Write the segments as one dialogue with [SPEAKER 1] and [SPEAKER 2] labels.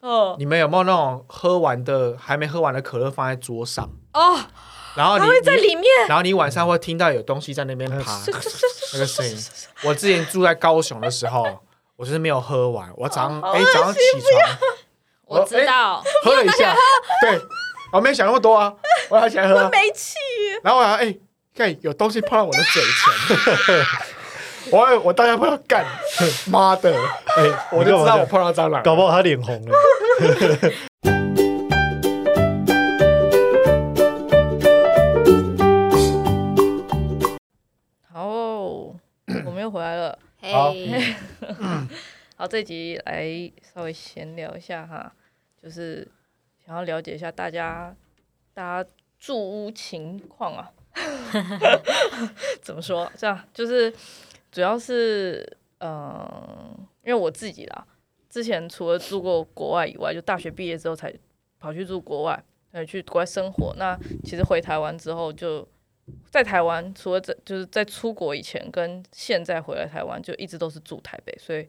[SPEAKER 1] 嗯，
[SPEAKER 2] 你们有没有那种喝完的还没喝完的可乐放在桌上，
[SPEAKER 1] 哦，
[SPEAKER 2] 然后
[SPEAKER 1] 它
[SPEAKER 2] 啊你
[SPEAKER 1] 会在
[SPEAKER 2] 你啊
[SPEAKER 1] 里面，
[SPEAKER 2] 然后你晚上会听到有东西在那边爬那个声音。我之前住在高雄的时候，我就是没有喝完，我早
[SPEAKER 1] 哦
[SPEAKER 2] 上哎、早上起床
[SPEAKER 3] 我
[SPEAKER 2] 哎
[SPEAKER 3] 知道，
[SPEAKER 2] 喝了一下，对，我没想那么多啊，我要起来喝啊、
[SPEAKER 1] 没气。
[SPEAKER 2] 然后我想哎，看、有东西碰到我的嘴唇，我我大家朋友 干，妈的，
[SPEAKER 4] 哎、
[SPEAKER 2] 我就知道我碰到蟑螂了。
[SPEAKER 4] 搞不好他脸红 了。
[SPEAKER 1] 好哦，我们又回来了。
[SPEAKER 2] 好
[SPEAKER 1] 哎
[SPEAKER 3] 嘿，
[SPEAKER 1] 好，这集来稍微闲聊一下哈，就是想要了解一下大家大家住屋情况啊。 怎么说？啊这样就是主要是嗯、呃因为我自己啦，之前除了住过国外以外，就大学毕业之后才跑去住国外，呃，去国外生活。那其实回台湾之后就。在台湾，除了在就是在出国以前跟现在回来台湾，就一直都是住台北，所以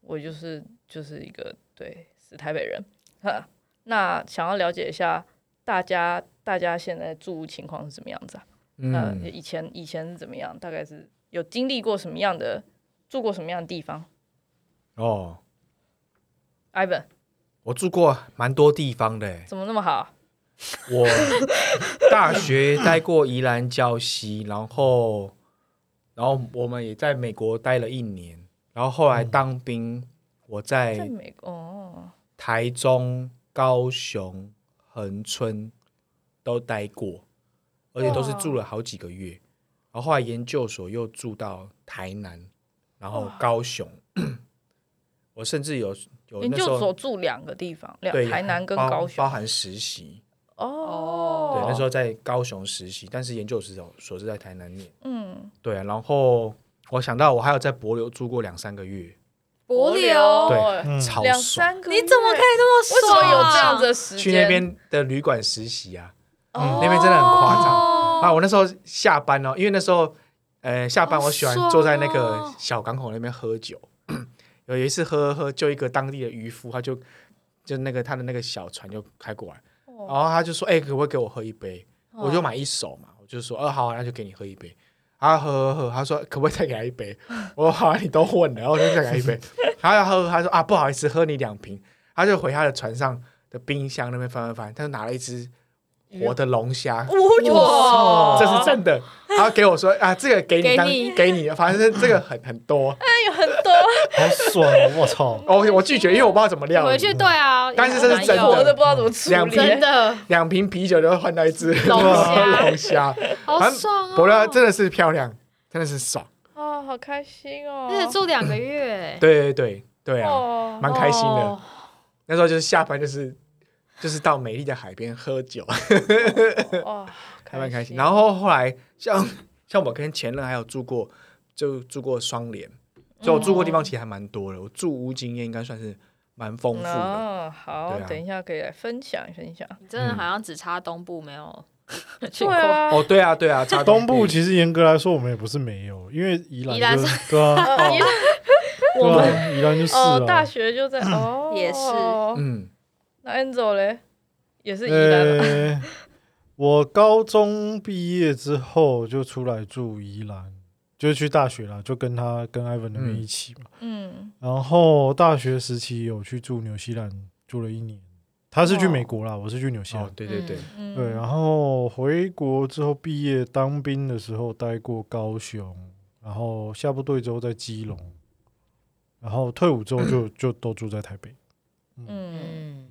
[SPEAKER 1] 我就是就是一个对死台北人。哈那想要了解一下大家大家现在住屋情况是怎么样子啊？那
[SPEAKER 2] 嗯，
[SPEAKER 1] 以前以前是怎么样？大概是有经历过什么样的，住过什么样的地方
[SPEAKER 2] 哦，
[SPEAKER 1] ？Ivan
[SPEAKER 2] 我住过蛮多地方的、
[SPEAKER 1] 怎么那么好？啊
[SPEAKER 2] 我大学待过宜兰礁溪，然后，然后我们也在美国待了一年，然后后来当兵，我
[SPEAKER 1] 在
[SPEAKER 2] 在
[SPEAKER 1] 美国哦，
[SPEAKER 2] 台中、高雄、恒春都待过，而且都是
[SPEAKER 1] 哇
[SPEAKER 2] 住了好几个月，然后后来研究所又住到台南，然后
[SPEAKER 1] 哇
[SPEAKER 2] 高雄，我甚至有有
[SPEAKER 1] 研
[SPEAKER 2] 哦那时
[SPEAKER 1] 究所
[SPEAKER 2] 候
[SPEAKER 1] 住两个地方，两
[SPEAKER 2] 对
[SPEAKER 1] 台南跟
[SPEAKER 2] 包
[SPEAKER 1] 高雄
[SPEAKER 2] 包含实习，
[SPEAKER 1] 哦。
[SPEAKER 2] 对，那时
[SPEAKER 1] 候
[SPEAKER 2] 候在高雄实习，但是研究所所是在台南念。
[SPEAKER 1] 嗯，
[SPEAKER 2] 对啊，然后我想到我还有在柏流住过两三个月，
[SPEAKER 3] 柏柳，
[SPEAKER 2] 对
[SPEAKER 4] 嗯，
[SPEAKER 2] 超
[SPEAKER 1] 两
[SPEAKER 2] 爽。
[SPEAKER 1] 三个月，
[SPEAKER 3] 你怎么可以那么
[SPEAKER 1] 为什
[SPEAKER 3] 爽
[SPEAKER 1] 么
[SPEAKER 3] 啊？
[SPEAKER 1] 有这样子的时间？
[SPEAKER 2] 去那边的旅馆实习啊，
[SPEAKER 1] 哦
[SPEAKER 2] 那边真的很夸张
[SPEAKER 3] 哦
[SPEAKER 2] 啊！我那时候下班哦，因为那时候呃下班
[SPEAKER 3] 好
[SPEAKER 2] 我喜欢
[SPEAKER 3] 爽哦
[SPEAKER 2] 坐在那个小港口那边喝酒。 有一次喝喝，就一个当地的渔夫，他就就那个他的那个小船就开过来，
[SPEAKER 3] 哦
[SPEAKER 2] 然后他就说：“哎、可不可以给我喝一杯？”我就买一手嘛，我就说，呃，好、啊，那就给你喝一杯。他喝喝喝，他说可不可以再给他一杯？ 我说好、啊，你都混了，然后我就再给他一杯。 他要喝，他说啊，不好意思，喝你两瓶。他就回他的船上的冰箱那边翻翻翻，他就拿了一只活的龙虾，
[SPEAKER 1] 哇
[SPEAKER 2] 这是真的。他给我说啊，这个给你当
[SPEAKER 3] 哦给你
[SPEAKER 2] 给你，啊反正这个很很多。
[SPEAKER 1] 有很多
[SPEAKER 4] 好爽哦！我操，
[SPEAKER 2] 我我拒绝，因为我不知道怎么料
[SPEAKER 3] 回
[SPEAKER 2] 理。
[SPEAKER 3] 去对啊，
[SPEAKER 2] 但是这是真的
[SPEAKER 1] 活的，不知道怎么处
[SPEAKER 2] 两
[SPEAKER 1] 理，
[SPEAKER 2] 瓶
[SPEAKER 3] 真的
[SPEAKER 2] 两瓶啤酒就会换到一只
[SPEAKER 3] 龙虾
[SPEAKER 2] 龙虾，
[SPEAKER 3] 好爽哦！
[SPEAKER 2] 不料真的是漂亮，真的是爽。
[SPEAKER 1] 哦，好开心哦！
[SPEAKER 3] 而且住两个月，欸
[SPEAKER 2] 对对对对啊。
[SPEAKER 1] 哦，
[SPEAKER 2] 蛮开心的。
[SPEAKER 3] 哦
[SPEAKER 2] 那时候就是下班就是就是到美丽的海边喝酒，
[SPEAKER 1] 哇，
[SPEAKER 2] 还蛮开心。然后后来像像我跟前任还有住过，就住过双联，所以我住过地方其实还蛮多的。我住屋经验应该算是蛮丰富
[SPEAKER 3] 哦
[SPEAKER 2] 的。
[SPEAKER 1] 嗯，好
[SPEAKER 2] 对，啊
[SPEAKER 1] 等一下可以来分享分享。
[SPEAKER 2] 嗯
[SPEAKER 3] 你真的好像只差东部没有去
[SPEAKER 1] 对
[SPEAKER 3] 过。
[SPEAKER 1] 啊，
[SPEAKER 2] 哦，对啊，对啊， 差
[SPEAKER 4] 东部
[SPEAKER 2] 部
[SPEAKER 4] 其实严格来说我们也不是没有，因为宜
[SPEAKER 3] 宜
[SPEAKER 4] 兰
[SPEAKER 3] 兰
[SPEAKER 4] 就 对
[SPEAKER 2] 哦
[SPEAKER 4] 啊，
[SPEAKER 1] 呃宜兰
[SPEAKER 4] 对啊，宜兰就是
[SPEAKER 1] 哦，大
[SPEAKER 4] 了。
[SPEAKER 1] 学就在哦，
[SPEAKER 3] 也是
[SPEAKER 2] 嗯，
[SPEAKER 1] 那 Angel 嘞，也是宜兰啊吗，
[SPEAKER 4] 呃我高中毕业之后就出来住宜兰，就去大学啦，就跟他跟 Ivan 那边一起嘛。
[SPEAKER 1] 嗯，
[SPEAKER 4] 然后大学时期有去住纽西兰，住了一年。他是去
[SPEAKER 1] 哦
[SPEAKER 4] 美国啦，我是去纽西兰
[SPEAKER 2] 哦，。对对对，
[SPEAKER 1] 嗯
[SPEAKER 4] 对，然后回国之后毕业当兵的时候待过高雄，然后下部队之后在基隆，然后退伍之后 就就都住在台北。
[SPEAKER 1] 嗯，
[SPEAKER 3] 嗯，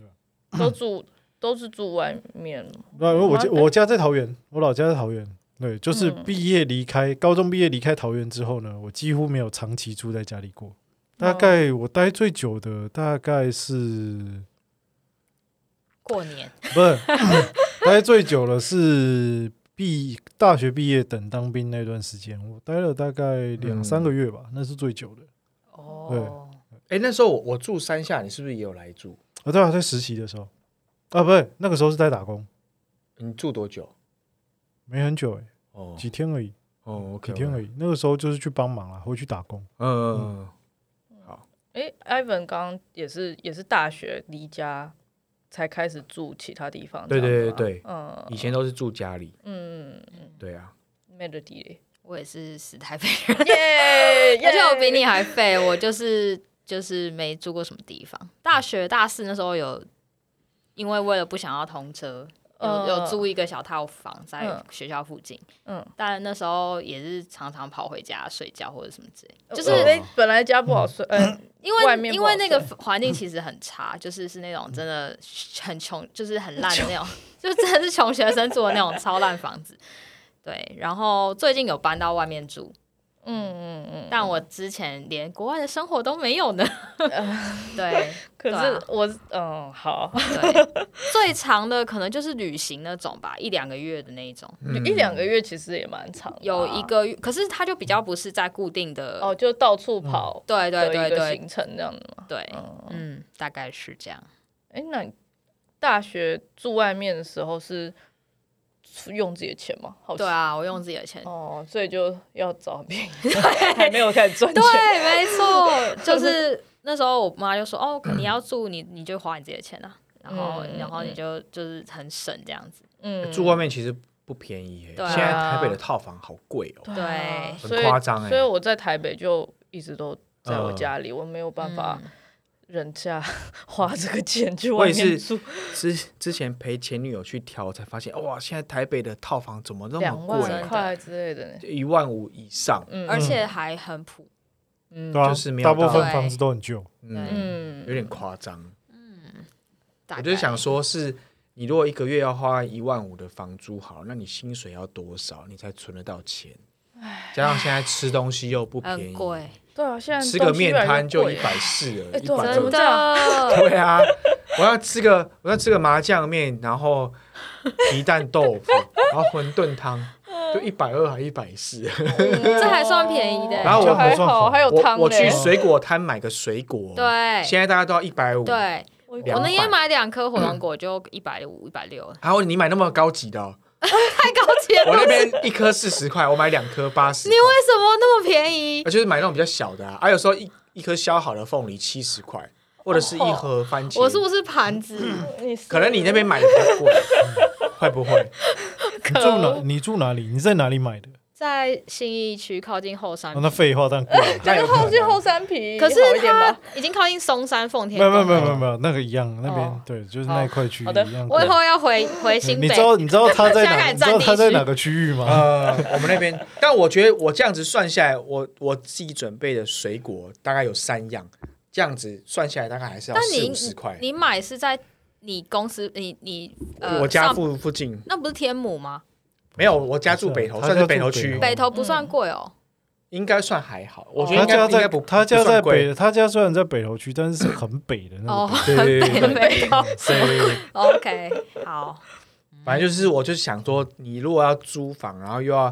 [SPEAKER 1] 都住都是住外面，
[SPEAKER 4] 那我家
[SPEAKER 1] 哇
[SPEAKER 4] 我家在桃园，我老家在桃园。对，就是
[SPEAKER 1] 嗯
[SPEAKER 4] 毕业离开、高中毕业离开桃园之后呢，我几乎没有长期住在家里过。
[SPEAKER 1] 哦
[SPEAKER 4] 大概我待最久的大概是
[SPEAKER 3] 过年
[SPEAKER 4] 不是 待最久了是毕大学毕业等当兵那段时间，我待了大概两
[SPEAKER 2] 嗯
[SPEAKER 4] 三个月吧，那是最久的。
[SPEAKER 3] 哦，
[SPEAKER 2] 哎，那时候我我住山下，你是不是也有来住？
[SPEAKER 4] 啊，对啊，在实习的时候啊，不是那个时候是在打工，
[SPEAKER 2] 你住多久？
[SPEAKER 4] 没很久哎、
[SPEAKER 2] 哦
[SPEAKER 4] 几天而已，
[SPEAKER 2] 哦，
[SPEAKER 4] 几天而
[SPEAKER 2] 已。
[SPEAKER 4] 已。那个时候就是去帮忙啊，回去打工。
[SPEAKER 2] 嗯，
[SPEAKER 1] 哎，诶 i v a n 刚刚也是也是大学离家才开始住其他地方，
[SPEAKER 2] 对
[SPEAKER 1] 这样
[SPEAKER 2] 对
[SPEAKER 1] 子吗
[SPEAKER 2] 对对
[SPEAKER 1] 嗯
[SPEAKER 2] 以前都是住家里，
[SPEAKER 1] 嗯嗯
[SPEAKER 2] 对啊，
[SPEAKER 1] ，Melody 嘞，
[SPEAKER 3] 我也是死台北人，
[SPEAKER 1] 耶，
[SPEAKER 3] 而且我比你还废，我就是就是没住过什么地方。大学大四那时候有，因为为了不想要通车，有
[SPEAKER 1] 嗯
[SPEAKER 3] 有租一个小套房在
[SPEAKER 1] 嗯
[SPEAKER 3] 学校附近，
[SPEAKER 1] 嗯，
[SPEAKER 3] 但那时候也是常常跑回家睡觉或者什么之类，就是
[SPEAKER 1] 我们本来家不好睡，嗯，
[SPEAKER 3] 因
[SPEAKER 1] 呃外
[SPEAKER 3] 为
[SPEAKER 1] 面
[SPEAKER 3] 因
[SPEAKER 1] 不好
[SPEAKER 3] 为那个环境其实很差，就是是那种真的很穷，就是很烂的那种， 就真的是穷学生住的那种超烂房子。对，然后最近有搬到外面住，
[SPEAKER 1] 嗯嗯嗯，
[SPEAKER 3] 但我之前连国外的生活都没有呢。
[SPEAKER 1] 呃
[SPEAKER 3] 对
[SPEAKER 1] 可
[SPEAKER 3] 对啊
[SPEAKER 1] 是我嗯好，
[SPEAKER 3] 对，最长的可能就是旅行那种吧，一两个月的那一种。
[SPEAKER 2] 嗯
[SPEAKER 1] 就一两个月其实也蛮长的啊，
[SPEAKER 3] 有一个月，可是它就比较不是在固定的，
[SPEAKER 1] 哦，就到处跑
[SPEAKER 3] 对嗯对
[SPEAKER 1] 的
[SPEAKER 3] 对
[SPEAKER 1] 一个
[SPEAKER 3] 对
[SPEAKER 1] 行程这样的嘛。
[SPEAKER 3] 对，
[SPEAKER 1] 嗯，
[SPEAKER 3] 嗯，大概是这样。
[SPEAKER 1] 哎，那你大学住外面的时候是用自己的钱吗？好奇
[SPEAKER 3] 对啊，我用自己的钱
[SPEAKER 1] 哦，所以就要找很便宜的，还没有开始赚钱。
[SPEAKER 3] 对，没 错，就是那时候我妈就说：“哦，你要住你你就花你自己的钱啊，然后、
[SPEAKER 1] 嗯嗯
[SPEAKER 3] 然后你
[SPEAKER 1] 嗯
[SPEAKER 3] 就就是很省这样子。
[SPEAKER 1] 嗯
[SPEAKER 2] 住外面其实不便宜耶，
[SPEAKER 3] 对啊
[SPEAKER 2] 现在台北的套房好贵哦，
[SPEAKER 1] 啊
[SPEAKER 3] 对
[SPEAKER 2] 很
[SPEAKER 1] 所以
[SPEAKER 2] 夸张欸嗯
[SPEAKER 1] 所以我在台北就一直都在我家里，我没有办法
[SPEAKER 3] 嗯
[SPEAKER 1] 忍下 花这个钱去
[SPEAKER 2] 我
[SPEAKER 1] 外
[SPEAKER 2] 也
[SPEAKER 1] 面
[SPEAKER 2] 是
[SPEAKER 1] 住。
[SPEAKER 2] 之之前陪前女友去挑，才发现哇，现在台北的套房怎么那么
[SPEAKER 1] 两
[SPEAKER 2] 贵
[SPEAKER 1] 万
[SPEAKER 2] 啊？
[SPEAKER 1] 块之类的呢，
[SPEAKER 2] 一万五以上，
[SPEAKER 1] 嗯，
[SPEAKER 3] 而且还很普。
[SPEAKER 1] 嗯
[SPEAKER 4] 对啊
[SPEAKER 2] 就是没，有
[SPEAKER 4] 大部
[SPEAKER 3] 到
[SPEAKER 4] 分房子都很旧，
[SPEAKER 2] 嗯，
[SPEAKER 1] 嗯
[SPEAKER 2] 有点夸张。
[SPEAKER 3] 大
[SPEAKER 2] 我就
[SPEAKER 3] 概
[SPEAKER 2] 想，说是，你如果一个月要花一万五的房租，好，那你薪水要多少，你才存得到钱？加上现在吃东西又不便
[SPEAKER 3] 很
[SPEAKER 2] 宜，
[SPEAKER 3] 贵，
[SPEAKER 1] 对啊，现在
[SPEAKER 2] 吃
[SPEAKER 1] 东
[SPEAKER 2] 个
[SPEAKER 1] 西
[SPEAKER 2] 面
[SPEAKER 1] 越来越
[SPEAKER 2] 摊就
[SPEAKER 1] 贵
[SPEAKER 2] 一百四了，
[SPEAKER 1] 哎
[SPEAKER 2] 一
[SPEAKER 1] 对啊
[SPEAKER 2] 百
[SPEAKER 1] 怎
[SPEAKER 3] 真
[SPEAKER 1] 么
[SPEAKER 2] 多。
[SPEAKER 1] 这样
[SPEAKER 3] 的。
[SPEAKER 2] 对啊，我要吃个我要吃个麻酱面，然后皮蛋豆腐，然后馄饨汤，就一百二还一百四。
[SPEAKER 3] 这还算便宜的
[SPEAKER 2] 然后我
[SPEAKER 1] 欸就还好，还有
[SPEAKER 2] 我
[SPEAKER 1] 汤
[SPEAKER 2] 我去
[SPEAKER 1] 嘞
[SPEAKER 2] 水果摊买个水果，，
[SPEAKER 3] 哦对
[SPEAKER 2] 现在大家都要一百五，
[SPEAKER 3] 对，
[SPEAKER 1] 我
[SPEAKER 2] 两
[SPEAKER 3] 我那
[SPEAKER 2] 百
[SPEAKER 3] 天买两颗火龙果就一百五、一百六，
[SPEAKER 2] 然后你买那么高级的哦、
[SPEAKER 3] 太高级了。
[SPEAKER 2] 我那边一颗四十块，我买两颗八十
[SPEAKER 3] 你，为什么那么便宜？
[SPEAKER 2] 啊，就是买那种比较小的啊，啊有时候一一颗削好的凤梨七十块，或者是一盒番茄，
[SPEAKER 3] 哦我是不是盘子？
[SPEAKER 1] 嗯你是
[SPEAKER 2] 可能你那边买的比较贵，会不会？
[SPEAKER 4] 你住哪？你住哪里？你在哪里买的？
[SPEAKER 3] 在信义区靠近后山
[SPEAKER 4] 啊，那废话，但贵 了。
[SPEAKER 2] 那有
[SPEAKER 1] 就
[SPEAKER 2] 可
[SPEAKER 1] 后去
[SPEAKER 2] 能
[SPEAKER 1] 后山皮，
[SPEAKER 3] 可是
[SPEAKER 1] 好一点
[SPEAKER 3] 它
[SPEAKER 1] 吧。
[SPEAKER 3] 已经靠近松山奉天
[SPEAKER 4] 没有
[SPEAKER 3] 宫
[SPEAKER 4] 没
[SPEAKER 3] 了。
[SPEAKER 4] 有没有没有没有，那个一样，那边
[SPEAKER 1] 哦
[SPEAKER 4] 对，就是
[SPEAKER 1] 好
[SPEAKER 4] 那一块区域
[SPEAKER 1] 好的
[SPEAKER 4] 一样贵。
[SPEAKER 3] 我以后要回回新
[SPEAKER 4] 你
[SPEAKER 3] 北。
[SPEAKER 4] 知道你知道他在
[SPEAKER 3] 香港
[SPEAKER 4] 哪？
[SPEAKER 3] 也
[SPEAKER 4] 你知道
[SPEAKER 3] 占地
[SPEAKER 4] 他在
[SPEAKER 3] 区
[SPEAKER 4] 哪个区域吗？
[SPEAKER 2] 呃，我们那边，但我觉得我这样子算下来，我我自己准备的水果大概有三样，这样子算下来大概还是要
[SPEAKER 3] 但
[SPEAKER 2] 四
[SPEAKER 3] 你
[SPEAKER 2] 五十块。
[SPEAKER 3] 你买是在你公司，你你呃，
[SPEAKER 2] 我家
[SPEAKER 3] 上
[SPEAKER 2] 附附近
[SPEAKER 3] 那不是天母吗？
[SPEAKER 2] 没有，我家住北头，
[SPEAKER 4] 啊他
[SPEAKER 2] 算是
[SPEAKER 4] 家
[SPEAKER 2] 北
[SPEAKER 4] 住
[SPEAKER 2] 头
[SPEAKER 4] 北
[SPEAKER 2] 区
[SPEAKER 4] 头，
[SPEAKER 3] 北投不算贵哦，
[SPEAKER 2] 应该算还好。我觉得
[SPEAKER 4] 他
[SPEAKER 2] 应该
[SPEAKER 4] 家
[SPEAKER 2] 应该
[SPEAKER 4] 在
[SPEAKER 2] 不，
[SPEAKER 4] 他家
[SPEAKER 2] 不算
[SPEAKER 4] 在
[SPEAKER 2] 贵
[SPEAKER 4] 北，他家虽然在北头区，但是是很北的那
[SPEAKER 3] 哦，
[SPEAKER 4] 种。
[SPEAKER 2] 对对对
[SPEAKER 3] 北
[SPEAKER 2] 对
[SPEAKER 3] 北投。
[SPEAKER 2] 对，
[SPEAKER 3] OK，好，
[SPEAKER 2] 反正就是，我就想说，你如果要租房，然后又要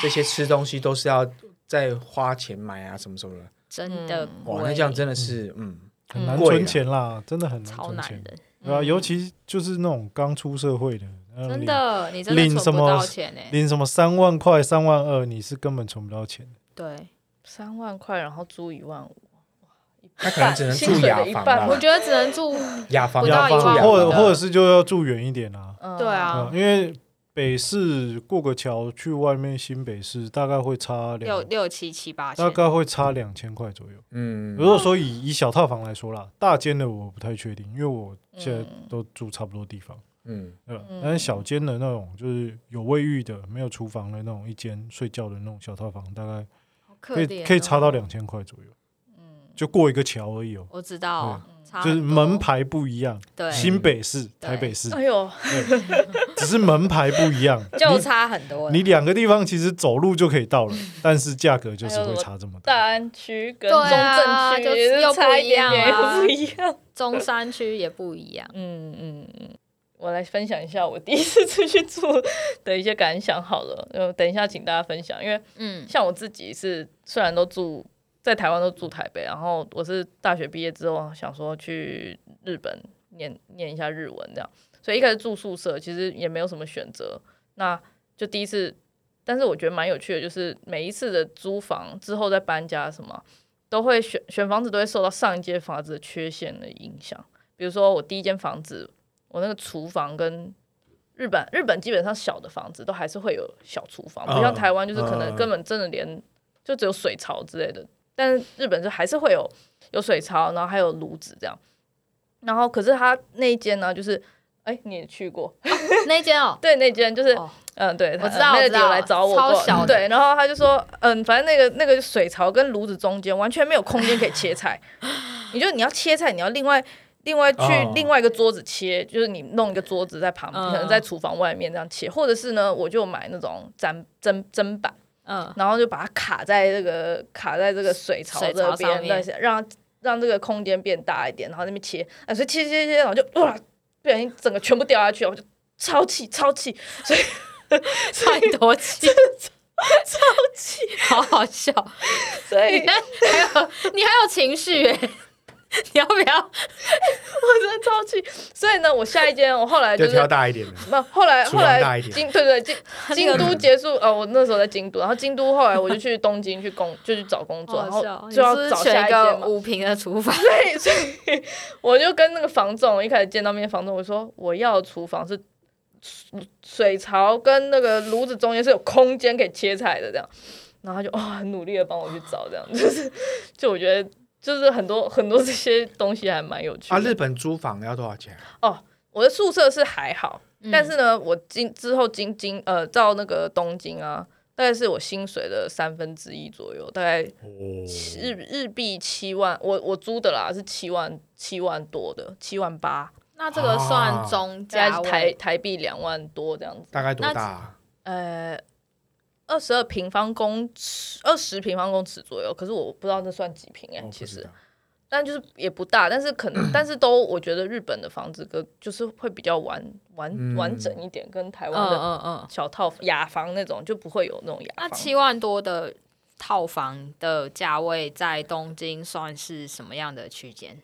[SPEAKER 2] 这些吃东西，都是要再花钱买啊，什么什么的。
[SPEAKER 3] 真的贵，
[SPEAKER 2] 嗯哇，那这样真的是，嗯，
[SPEAKER 4] 很难
[SPEAKER 2] 嗯贵
[SPEAKER 4] 存
[SPEAKER 2] 啊
[SPEAKER 4] 钱啦，真的很难
[SPEAKER 3] 超
[SPEAKER 4] 存
[SPEAKER 3] 难
[SPEAKER 4] 钱。
[SPEAKER 3] 的，嗯
[SPEAKER 4] 对啊，尤其就是那种刚出社会的，那种
[SPEAKER 3] 真
[SPEAKER 4] 领
[SPEAKER 3] 的，你真的
[SPEAKER 4] 领什
[SPEAKER 3] 存不
[SPEAKER 4] 么
[SPEAKER 3] 到钱欸呢。
[SPEAKER 4] 领什么三万块、三万二，你是根本存不到钱的。
[SPEAKER 3] 对，
[SPEAKER 1] 三万块，然后租一万五，
[SPEAKER 2] 他可能只能
[SPEAKER 1] 薪
[SPEAKER 2] 住
[SPEAKER 1] 水
[SPEAKER 2] 雅
[SPEAKER 1] 的一
[SPEAKER 2] 房
[SPEAKER 1] 半
[SPEAKER 2] 啦
[SPEAKER 3] 我，觉得只能住，
[SPEAKER 2] 雅房
[SPEAKER 3] 不到
[SPEAKER 2] 住
[SPEAKER 3] 一万
[SPEAKER 2] 雅
[SPEAKER 4] 或
[SPEAKER 2] 房
[SPEAKER 4] 者
[SPEAKER 1] 的
[SPEAKER 4] 或者是就要住远一点啊，
[SPEAKER 1] 嗯
[SPEAKER 3] 对啊
[SPEAKER 4] 对啊因为北市过个桥去外面新北市，大概会差
[SPEAKER 3] 六
[SPEAKER 4] 两，
[SPEAKER 3] 六七七八千
[SPEAKER 4] 大，概会差两千块左右。
[SPEAKER 2] 嗯，
[SPEAKER 4] 如果说以以小套房来说啦，大间的我不太确定，因为我现在
[SPEAKER 1] 嗯
[SPEAKER 4] 都住差不多地方，
[SPEAKER 2] 嗯，
[SPEAKER 4] 对吧
[SPEAKER 1] 嗯？
[SPEAKER 4] 但是小间的那种，就是有卫浴的、没有厨房的那种一间睡觉的那种小套房，大概
[SPEAKER 3] 好
[SPEAKER 4] 可
[SPEAKER 3] 可
[SPEAKER 4] 以
[SPEAKER 3] 怜，
[SPEAKER 4] 可以差到，两千块左右，就过一个桥而已哦，
[SPEAKER 3] 我知道，嗯差
[SPEAKER 4] 就是
[SPEAKER 3] 很多
[SPEAKER 4] 门牌不一样，
[SPEAKER 3] 对，
[SPEAKER 4] 新北市、台北市，
[SPEAKER 1] 哎呦，
[SPEAKER 4] 只是门牌不一样，
[SPEAKER 3] 就差很多了。嗯
[SPEAKER 4] 你两个地方其实走路就可以到了，但是价格
[SPEAKER 3] 哎
[SPEAKER 4] 就是会差这么
[SPEAKER 1] 大
[SPEAKER 4] 多。
[SPEAKER 3] 啊
[SPEAKER 1] 安区跟中
[SPEAKER 3] 对啊
[SPEAKER 1] 正区
[SPEAKER 3] 就
[SPEAKER 1] 也是
[SPEAKER 3] 又不
[SPEAKER 1] 差一
[SPEAKER 3] 一
[SPEAKER 1] 点
[SPEAKER 3] 样
[SPEAKER 1] 点，
[SPEAKER 3] 啊
[SPEAKER 1] 又不一样。
[SPEAKER 3] 中山区也不一样，
[SPEAKER 1] 嗯嗯嗯，我来分享一下我第一次出去住的一些感想好了，呃，等一下请大家分享，因为
[SPEAKER 3] 嗯，
[SPEAKER 1] 像我自己是虽然都住在台湾都住台北，然后我是大学毕业之后想说去日本念念一下日文这样，所以一开始住宿舍其实也没有什么选择，那就第一次，但是我觉得蛮有趣的，就是每一次的租房之后再搬家什么。都会选选房子都会受到上一间房子的缺陷的影响。比如说我第一间房子，我那个厨房跟日本日本基本上小的房子都还是会有小厨房，不像
[SPEAKER 2] 嗯
[SPEAKER 1] 台湾就是可能
[SPEAKER 2] 嗯
[SPEAKER 1] 根本真的连就只有水槽之类的，但是日本就还是会有有水槽，然后还有炉子这样。然后可是他那一间呢，就是哎、你也去过，
[SPEAKER 3] 那一间哦，
[SPEAKER 1] 对那间就是
[SPEAKER 3] 哦
[SPEAKER 1] 嗯，对，他
[SPEAKER 3] 我知道
[SPEAKER 1] 那
[SPEAKER 3] 我
[SPEAKER 1] 个
[SPEAKER 3] 知
[SPEAKER 1] 有
[SPEAKER 3] 道
[SPEAKER 1] 来找我
[SPEAKER 3] 超
[SPEAKER 1] 过
[SPEAKER 3] 小的
[SPEAKER 1] 对，然后他就说，嗯，反正那个那个水槽跟炉子中间完全没有空间可以切 菜，你就你要切菜，你要另外另外去
[SPEAKER 2] 哦
[SPEAKER 1] 另外一个桌子切，就是你弄一个桌子在旁边，
[SPEAKER 3] 嗯
[SPEAKER 1] 可能在厨房外面这样切，或者是呢，我就买那种砧砧砧板，
[SPEAKER 3] 嗯，
[SPEAKER 1] 然后就把它卡在这个卡在这个水槽
[SPEAKER 3] 水
[SPEAKER 1] 这
[SPEAKER 3] 槽上
[SPEAKER 1] 边，
[SPEAKER 3] 面
[SPEAKER 1] 对让让这个空间变大一点，然后那边切，啊，所以切切切，然后就哇，不小心整个全部掉下去，我就超气超气，
[SPEAKER 3] 太多气，超 气，好 好笑。
[SPEAKER 1] 所以
[SPEAKER 3] 你还有你还有情绪耶？你要不要？
[SPEAKER 1] 我真的超气。所以呢，我下一间，我后来
[SPEAKER 2] 就
[SPEAKER 1] 就是
[SPEAKER 2] 挑大一点的。
[SPEAKER 1] 那后来后
[SPEAKER 2] 厨房大
[SPEAKER 1] 来
[SPEAKER 2] 一点
[SPEAKER 1] 京对 对京京都结束呃，我那时候在京都，然后京都后来我就去东京去工就去找工作，然
[SPEAKER 3] 好
[SPEAKER 1] 后
[SPEAKER 3] 笑，
[SPEAKER 1] 就要
[SPEAKER 3] 你是不
[SPEAKER 1] 找下
[SPEAKER 3] 是选一
[SPEAKER 1] 间
[SPEAKER 3] 个
[SPEAKER 1] 嘛。
[SPEAKER 3] 五平的厨房，
[SPEAKER 1] 对，所以我就跟那个房总一开始见到面，房总我说我要的厨房是水水槽跟那个炉子中间是有空间可以切菜的这样，然后他就哇、很努力的帮我去找这样，就是 就我觉得就是很多很多这些东西还蛮有趣的。
[SPEAKER 2] 啊，日本租房要多少钱啊？
[SPEAKER 1] 我的宿舍是还好，
[SPEAKER 3] 嗯
[SPEAKER 1] 但是呢，我今之后京京呃到那个东京啊，大概是我薪水的三分之一左右，大概
[SPEAKER 2] 哦，
[SPEAKER 1] 日日币七万，我我租的啦是七万七万多的，七万八，
[SPEAKER 3] 那这个
[SPEAKER 4] 啊
[SPEAKER 3] 算中
[SPEAKER 1] 加
[SPEAKER 3] 价
[SPEAKER 1] 台
[SPEAKER 3] 位，
[SPEAKER 1] 台币两万多这样子，
[SPEAKER 2] 大概多大啊？
[SPEAKER 1] 呃。二十二平方公尺，二十平方公尺左右，可是我不知道那算几平哎、
[SPEAKER 2] 哦我不
[SPEAKER 1] 其
[SPEAKER 2] 知
[SPEAKER 1] 实
[SPEAKER 2] 道，
[SPEAKER 1] 但就是也不大，但是可 能，但是都我觉得日本的房子跟就是会比较完完、
[SPEAKER 2] 嗯
[SPEAKER 1] 完整一点，跟台
[SPEAKER 3] 嗯
[SPEAKER 1] 湾的
[SPEAKER 3] 嗯嗯。
[SPEAKER 1] 小套雅房那种就不会有那种雅
[SPEAKER 3] 那
[SPEAKER 1] 房。
[SPEAKER 3] 七万多的套房的价位在东京算是什么样的区间？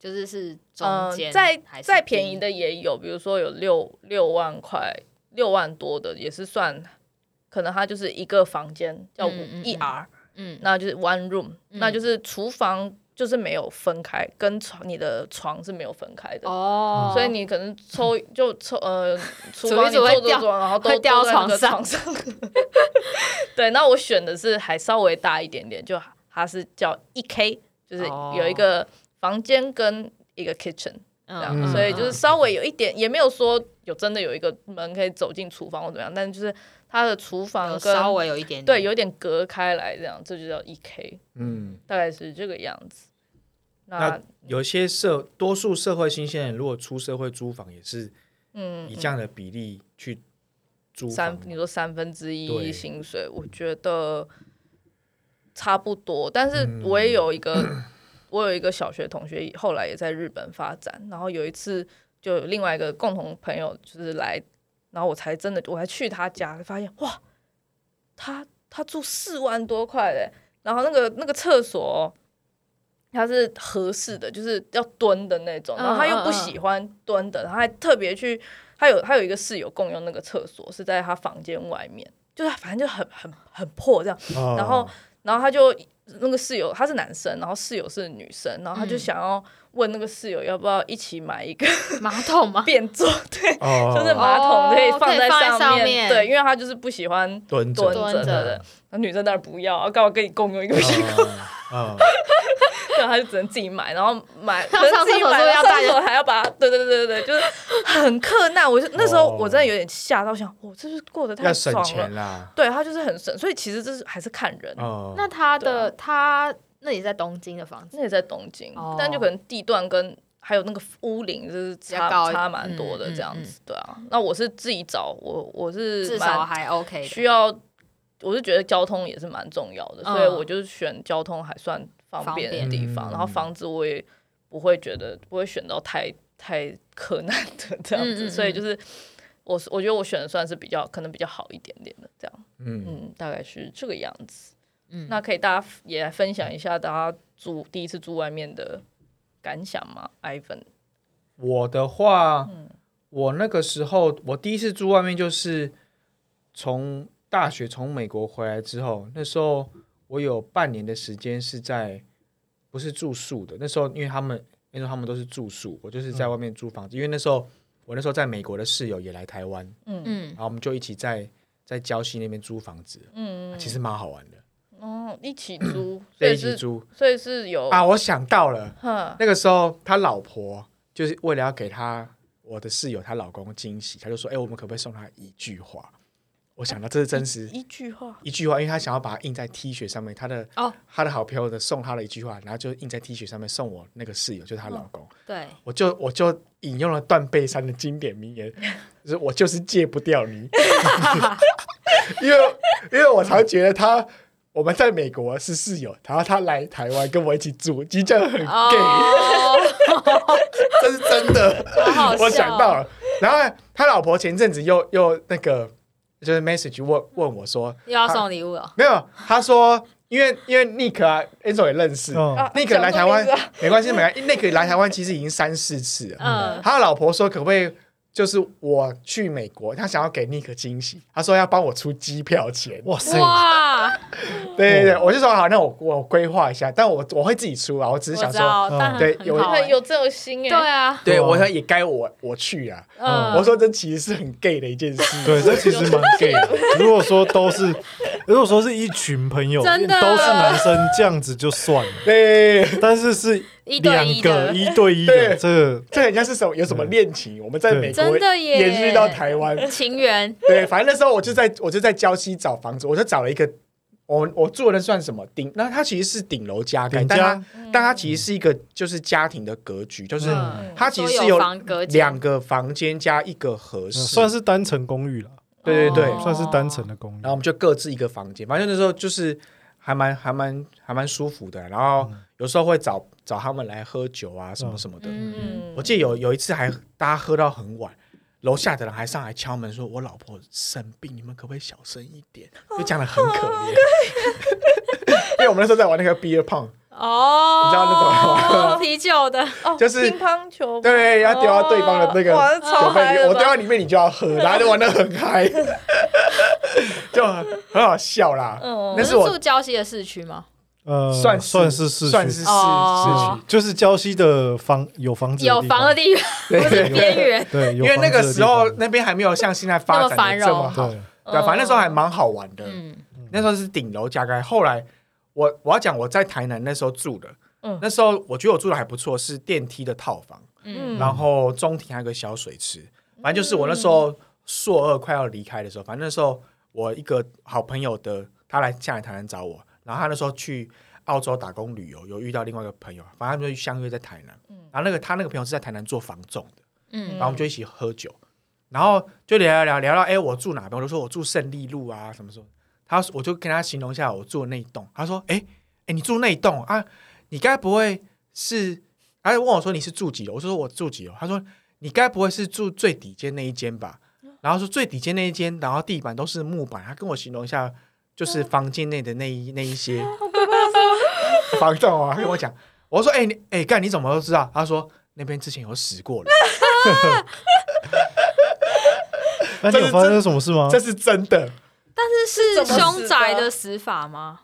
[SPEAKER 3] 就是是中
[SPEAKER 1] 嗯
[SPEAKER 3] 间、，
[SPEAKER 1] 再
[SPEAKER 3] 还是
[SPEAKER 1] 再便宜
[SPEAKER 3] 低，
[SPEAKER 1] 的也有，比如说有六六万块、六万多的也是算，可能它就是一个房间叫
[SPEAKER 3] 嗯嗯嗯
[SPEAKER 1] 一 R，
[SPEAKER 3] 嗯
[SPEAKER 1] 那就是 one room，、
[SPEAKER 3] 嗯
[SPEAKER 1] 那就是厨房就是没有分开，跟床你的床是没有分开的。
[SPEAKER 3] 哦，
[SPEAKER 1] 所以你可能 抽就抽呃，厨
[SPEAKER 3] 煮
[SPEAKER 1] 房
[SPEAKER 3] 一
[SPEAKER 1] 你
[SPEAKER 3] 煮
[SPEAKER 1] 做
[SPEAKER 3] 会
[SPEAKER 1] 做
[SPEAKER 3] 掉
[SPEAKER 1] 做，然后都
[SPEAKER 3] 会掉
[SPEAKER 1] 都在那
[SPEAKER 3] 床
[SPEAKER 1] 个
[SPEAKER 3] 上
[SPEAKER 1] 床上。 对，那我选的是还稍微大一点点，就它是叫一 K，就是
[SPEAKER 3] 哦
[SPEAKER 1] 有一个房间跟一个 kitchen 这样，
[SPEAKER 3] 嗯
[SPEAKER 1] 所以就是稍微有一点，也没有说有真的有一个门可以走进厨房或怎么样，但就是它的厨房
[SPEAKER 3] 嗯有
[SPEAKER 1] 跟
[SPEAKER 3] 稍微有一点点
[SPEAKER 1] 对有点隔开来，这样这就叫一 K，
[SPEAKER 2] 嗯，
[SPEAKER 1] 大概是这个样子。
[SPEAKER 2] 那
[SPEAKER 1] 那
[SPEAKER 2] 有些社多数社会新鲜人，如果出社会租房，也是
[SPEAKER 1] 嗯，
[SPEAKER 2] 以这样的比例去租
[SPEAKER 1] 三
[SPEAKER 2] 房。，
[SPEAKER 1] 你说三分之一
[SPEAKER 2] 对
[SPEAKER 1] 薪水，我觉得差不多。但是
[SPEAKER 2] 嗯
[SPEAKER 1] 我也有一个，我有一个小学同学，后来也在日本发展。然后有一次，就有另外一个共同朋友就是来，然后我才真的我还去他家，发现哇，他他住四万多块嘞，然后那个那个厕所哦、它是合适的，就是要蹲的那种，
[SPEAKER 3] 嗯
[SPEAKER 1] 然后他又不喜欢蹲的，他还特别去，他有他有一个室友共用那个厕所是在他房间外面，就是反正就很很很破这样，
[SPEAKER 2] 嗯
[SPEAKER 1] 然后
[SPEAKER 2] 哦
[SPEAKER 1] 然后他就那个室友他是男生，然后室友是女生，然后他就
[SPEAKER 3] 嗯
[SPEAKER 1] 想要问那个室友要不要一起买一个
[SPEAKER 3] 马桶吗？
[SPEAKER 1] 便座，对，
[SPEAKER 2] 哦，
[SPEAKER 1] 就是马桶可以放在
[SPEAKER 3] 哦可以放在
[SPEAKER 1] 上
[SPEAKER 3] 上面
[SPEAKER 1] 对，因为他就是不喜欢
[SPEAKER 2] 蹲
[SPEAKER 1] 蹲
[SPEAKER 3] 着
[SPEAKER 1] 着
[SPEAKER 3] 的
[SPEAKER 1] 的，那女生当然不要，啊干嘛跟你共用一个便座？
[SPEAKER 2] 啊，
[SPEAKER 1] 对，他就只能自己买，然后买，可
[SPEAKER 3] 啊上
[SPEAKER 1] 能自己买
[SPEAKER 3] 厕所
[SPEAKER 1] 了上
[SPEAKER 3] 要带
[SPEAKER 1] 厕所还要把它，对对对对对，就是很困难。我就那时候我真的有点吓到，想我这是过得太
[SPEAKER 2] 哦要省
[SPEAKER 1] 爽
[SPEAKER 2] 钱
[SPEAKER 1] 了。
[SPEAKER 2] 啦。
[SPEAKER 1] 对他就是很省，所以其实这是还是看人。
[SPEAKER 2] 哦，
[SPEAKER 3] 那他的他那你在东京的房子
[SPEAKER 1] 那也在东京，
[SPEAKER 3] 哦
[SPEAKER 1] 但就可能地段跟还有那个屋龄就是
[SPEAKER 3] 较高
[SPEAKER 1] 差
[SPEAKER 3] 一
[SPEAKER 1] 差蛮多的
[SPEAKER 3] 嗯嗯
[SPEAKER 1] 这样子，对啊。那我是自己找，我我是
[SPEAKER 3] 至
[SPEAKER 1] 蛮
[SPEAKER 3] 少还 OK 的
[SPEAKER 1] 需要，我是觉得交通也是蛮重要的，
[SPEAKER 3] 嗯
[SPEAKER 1] 所以我就是选交通还算方便的地
[SPEAKER 2] 方
[SPEAKER 1] 方，
[SPEAKER 2] 便
[SPEAKER 1] 然后房子我也不会觉得不会选到太太可难的这样子，
[SPEAKER 3] 嗯嗯嗯
[SPEAKER 1] 所以就是我是我觉得我选的算是比较可能比较好一点点的这样，
[SPEAKER 2] 嗯，
[SPEAKER 1] 嗯，大概是这个样子。
[SPEAKER 3] 嗯
[SPEAKER 1] 那可以大家也来分享一下大家住第一次住外面的感想吗？Ivan，
[SPEAKER 3] 嗯
[SPEAKER 2] 我的话，
[SPEAKER 1] 嗯
[SPEAKER 2] 我那个时候我第一次住外面就是从大学从美国回来之后，那时候我有半年的时间是在不是住宿的，那时候因为他们那时候他们都是住宿，我就是在外面租房子，因为那时候我那时候在美国的室友也来台湾，
[SPEAKER 1] 嗯
[SPEAKER 3] 嗯
[SPEAKER 2] 然，后我们就一起在在礁溪那边租房子，啊
[SPEAKER 1] 嗯，
[SPEAKER 2] 其实蛮好玩的，
[SPEAKER 1] 哦，一起
[SPEAKER 3] 嗯
[SPEAKER 1] 租，所
[SPEAKER 2] 在
[SPEAKER 1] 以
[SPEAKER 2] 一起
[SPEAKER 1] 是，
[SPEAKER 2] 租
[SPEAKER 1] 所以是有，
[SPEAKER 2] 啊，我想到了，
[SPEAKER 1] 哦哼，
[SPEAKER 2] 那个时候他老婆就是为了要给他我的室友她老公惊喜，他就说：“哎、我们可不可以送他一句话？”我想到这是真实
[SPEAKER 1] 啊一句话，
[SPEAKER 2] 一句话，因为他想要把它印在 T 恤上面，他的
[SPEAKER 3] 哦，
[SPEAKER 2] 他的好朋友的送他了一句话，然后就印在 T 恤上面送我那个室友，
[SPEAKER 1] 哦
[SPEAKER 2] 就是她老公。
[SPEAKER 3] 对，
[SPEAKER 2] 我就我就引用了断背山的经典名言，就是我就是戒不掉你， 因为因为我常觉得他我们在美国是室友，然后他来台湾跟我一起住，就这样很 gay，、
[SPEAKER 3] 哦，
[SPEAKER 2] 这是真的。
[SPEAKER 3] 好好笑
[SPEAKER 2] 我想到了，然后他老婆前阵子又又那个就是 message 问问我说，
[SPEAKER 3] 又要送礼 物了，
[SPEAKER 2] 没有，他说因为因为 Nick 啊 a n g e l 也认识，
[SPEAKER 4] 嗯，
[SPEAKER 1] 啊
[SPEAKER 2] Nick 来台湾
[SPEAKER 1] 讲错名字啊
[SPEAKER 2] 没关系，没关系。Nick 来台湾其实已经三四次了。
[SPEAKER 3] 嗯，
[SPEAKER 2] 他老婆说可不可以，就是我去美国，他想要给 Nick 惊喜，他说要帮我出机票钱。
[SPEAKER 4] 哇塞，
[SPEAKER 3] 嗯哇，
[SPEAKER 2] 对对对，我就说好，那我我规划一下，但我我会自己出啊，我只
[SPEAKER 3] 我
[SPEAKER 2] 是想
[SPEAKER 3] 知
[SPEAKER 2] 说，
[SPEAKER 3] 道，但
[SPEAKER 2] 对
[SPEAKER 3] 很
[SPEAKER 2] 有
[SPEAKER 3] 好 欸
[SPEAKER 1] 很有这种心
[SPEAKER 3] 对
[SPEAKER 1] 哎，
[SPEAKER 3] 啊，
[SPEAKER 2] 对
[SPEAKER 4] 对啊
[SPEAKER 2] 我说也该我我去啊。
[SPEAKER 3] 嗯，
[SPEAKER 2] 我说这其实是很 gay 的一件事，
[SPEAKER 4] 对，这其实蛮 gay 的。如果说都是，如果说是一群朋友，都
[SPEAKER 3] 真
[SPEAKER 4] 是
[SPEAKER 3] 的
[SPEAKER 4] 男生这样子就算了，
[SPEAKER 2] 对，对
[SPEAKER 4] 但是是
[SPEAKER 3] 一
[SPEAKER 4] 两
[SPEAKER 3] 对一
[SPEAKER 4] 个
[SPEAKER 3] 的，
[SPEAKER 4] 一对一的
[SPEAKER 2] 对
[SPEAKER 4] 这个
[SPEAKER 2] 这很像是什么有什么恋情，我们在美国
[SPEAKER 3] 真的耶，
[SPEAKER 2] 延续到台湾，
[SPEAKER 3] 情缘，
[SPEAKER 2] 对，反正那时候我就在我就在礁溪找房子，我就找了一个，我我住的那算什么顶？那它其实是顶楼加盖，
[SPEAKER 4] 顶
[SPEAKER 2] 但
[SPEAKER 4] 家
[SPEAKER 2] 它
[SPEAKER 3] 嗯
[SPEAKER 2] 但它其实是一个就是家庭的格局，就是
[SPEAKER 4] 嗯
[SPEAKER 2] 它其实
[SPEAKER 3] 说
[SPEAKER 2] 是
[SPEAKER 3] 有
[SPEAKER 2] 有
[SPEAKER 3] 房隔间
[SPEAKER 2] 两个房间加一个和
[SPEAKER 4] 嗯
[SPEAKER 2] 室，
[SPEAKER 4] 算是单层公寓了，嗯
[SPEAKER 2] 对对对哦
[SPEAKER 3] 哦
[SPEAKER 4] 算是单层的公寓
[SPEAKER 2] 然后我。们就各自一个房间，反正那时候就是还蛮还蛮还蛮舒服的。然
[SPEAKER 4] 嗯
[SPEAKER 2] 后有时候会找找他们来喝酒啊什么什么的。
[SPEAKER 3] 嗯，
[SPEAKER 1] 嗯
[SPEAKER 2] 我记得有有一次还大家喝到很晚，楼下的人还上来敲门说：“我老婆生病，你们可不可以小声一点？”就讲的很可怜，
[SPEAKER 1] 哦
[SPEAKER 2] 因为我们那时候在玩那个 beer pong，
[SPEAKER 3] 哦，
[SPEAKER 2] 你知道那种吗
[SPEAKER 3] 啤酒的，
[SPEAKER 1] 哦，
[SPEAKER 2] 就是
[SPEAKER 1] 乒乓球，
[SPEAKER 2] 对，要丢到对方的那个
[SPEAKER 1] 哇那超
[SPEAKER 2] 酒杯
[SPEAKER 1] 嗨
[SPEAKER 2] 里，
[SPEAKER 1] 的吧
[SPEAKER 2] 我丢到里面你就要喝，然后就玩的很嗨， 就很好笑啦。
[SPEAKER 1] 嗯
[SPEAKER 2] 那
[SPEAKER 3] 你
[SPEAKER 2] 是我
[SPEAKER 3] 住礁溪的市区吗？
[SPEAKER 4] 呃，
[SPEAKER 2] 算是
[SPEAKER 4] 算是市
[SPEAKER 2] 算是
[SPEAKER 4] 区，
[SPEAKER 2] 市
[SPEAKER 3] 哦
[SPEAKER 2] 市
[SPEAKER 3] 区
[SPEAKER 4] 就是礁溪的房有房子
[SPEAKER 3] 有房的
[SPEAKER 4] 的地
[SPEAKER 3] 地方，
[SPEAKER 2] 区，对对对。
[SPEAKER 3] 边缘，
[SPEAKER 4] 对，
[SPEAKER 2] 因
[SPEAKER 4] 有
[SPEAKER 2] 为那
[SPEAKER 4] 房
[SPEAKER 2] 个
[SPEAKER 4] 子的
[SPEAKER 2] 时候
[SPEAKER 4] 地
[SPEAKER 2] 那边还没有像现在发展的这么
[SPEAKER 4] 方
[SPEAKER 2] 好，
[SPEAKER 4] 对，
[SPEAKER 2] 对啊吧，反正那时候还蛮好玩的。
[SPEAKER 3] 嗯，
[SPEAKER 2] 那时候是顶楼加盖。后来我我要讲我在台南那时候住的，
[SPEAKER 1] 嗯
[SPEAKER 2] 那时候我觉得我住的还不错，是电梯的套房，
[SPEAKER 3] 嗯
[SPEAKER 2] 然后中庭还有个小水池，反正就是我那时
[SPEAKER 3] 嗯
[SPEAKER 2] 候硕二快要离开的时候，反正那时候我一个好朋友的，他来下来台南找我，然后他那时候去澳洲打工旅游，有遇到另外一个朋友，反正他们就相约在台南，然后那个他那个朋友是在台南做房仲的，
[SPEAKER 3] 嗯
[SPEAKER 2] 然后我们就一起喝酒，然后就聊聊聊聊到，哎，我住哪边？我就说我住胜利路啊，什么什么。他我就跟他形容一下我住的那一栋，他说，哎哎，你住那一栋啊？你该不会是？他就问我说你是住几楼？我就说我住几楼。他说你该不会是住最底间那一间吧？然后说最底间那一间，然后地板都是木板。他跟我形容一下，
[SPEAKER 4] 嗯
[SPEAKER 2] 就是房间内的那一那一 些
[SPEAKER 4] 哦
[SPEAKER 2] 房仲啊，他跟我讲，我说哎、你哎干、你怎么都知道？他说那边之前有死过
[SPEAKER 4] 嗯
[SPEAKER 2] 人。
[SPEAKER 4] 那你有发生什么事吗？
[SPEAKER 2] 这是真的。
[SPEAKER 3] 这是
[SPEAKER 1] 怎么死的
[SPEAKER 3] 凶宅的死法吗？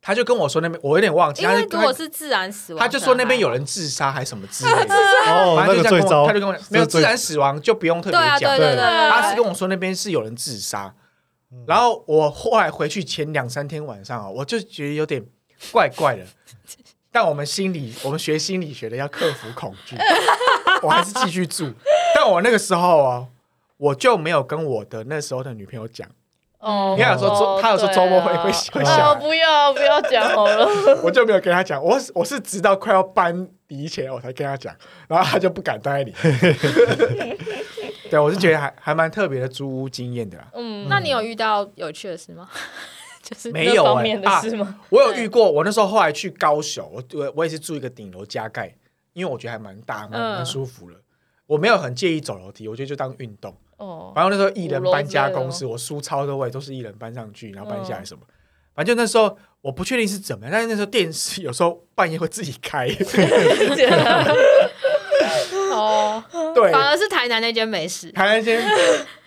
[SPEAKER 2] 他就跟我说那边，我有点忘记，
[SPEAKER 3] 因
[SPEAKER 2] 他
[SPEAKER 3] 为
[SPEAKER 2] 就
[SPEAKER 3] 如果是自然死亡，
[SPEAKER 2] 他就说那边有
[SPEAKER 3] 可
[SPEAKER 2] 人自杀还是什么 之类的，
[SPEAKER 4] 哦，
[SPEAKER 2] 反
[SPEAKER 4] 那
[SPEAKER 2] 正就这
[SPEAKER 4] 个
[SPEAKER 2] 样跟
[SPEAKER 4] 最
[SPEAKER 2] 我
[SPEAKER 4] 糟
[SPEAKER 2] 他就，跟我没有
[SPEAKER 4] 这最
[SPEAKER 2] 自然死亡就不用特
[SPEAKER 3] 能
[SPEAKER 2] 别
[SPEAKER 3] 还好对啊，
[SPEAKER 2] 讲，
[SPEAKER 3] 对对
[SPEAKER 4] 对
[SPEAKER 3] 对，
[SPEAKER 2] 他是跟我说那边是有人自杀，然后我后来回去前两三天晚上啊，我就觉得有点怪怪的，但我们心理我们学心理学的要克服恐惧，我还是继续住，但我那个时候啊。我就没有跟我的那时候的女朋友讲，
[SPEAKER 1] 哦，啊
[SPEAKER 2] 因为有时候周，她有时候周末会会会
[SPEAKER 4] 想
[SPEAKER 2] 下
[SPEAKER 1] 哦，
[SPEAKER 2] 来，
[SPEAKER 1] 不要不要讲好了，
[SPEAKER 2] 我就没有跟他讲，我是我是直到快要搬离前我才跟他讲，然后他就不敢待你。 对，我是觉得还还蛮特别的租屋经验的啦。
[SPEAKER 1] 嗯，
[SPEAKER 3] 那你有遇到有趣的事吗？就是
[SPEAKER 2] 没有
[SPEAKER 4] 欸
[SPEAKER 1] 那方
[SPEAKER 2] 哎、
[SPEAKER 1] 面的
[SPEAKER 2] 啊，
[SPEAKER 1] 事吗？
[SPEAKER 2] 我有遇过，我那时候后来去高雄，我我我也是住一个顶楼加盖，因为我觉得还蛮大，蛮
[SPEAKER 3] 嗯
[SPEAKER 2] 蛮舒服了。我没有很介意走楼梯，我觉得就当运动。
[SPEAKER 1] 哦，
[SPEAKER 2] 然后那时候艺人
[SPEAKER 1] 五楼
[SPEAKER 2] 搬家
[SPEAKER 1] 之类的
[SPEAKER 2] 公司，我书超多位都是艺人搬上去，然后搬下来
[SPEAKER 3] 嗯
[SPEAKER 2] 什么。反正那时候我不确定是怎么样，但是那时候电视有时候 半夜会自己开，
[SPEAKER 1] 啊这样
[SPEAKER 3] 哦，
[SPEAKER 2] 对，
[SPEAKER 3] 反而是是台南那间美食，
[SPEAKER 2] 台南街，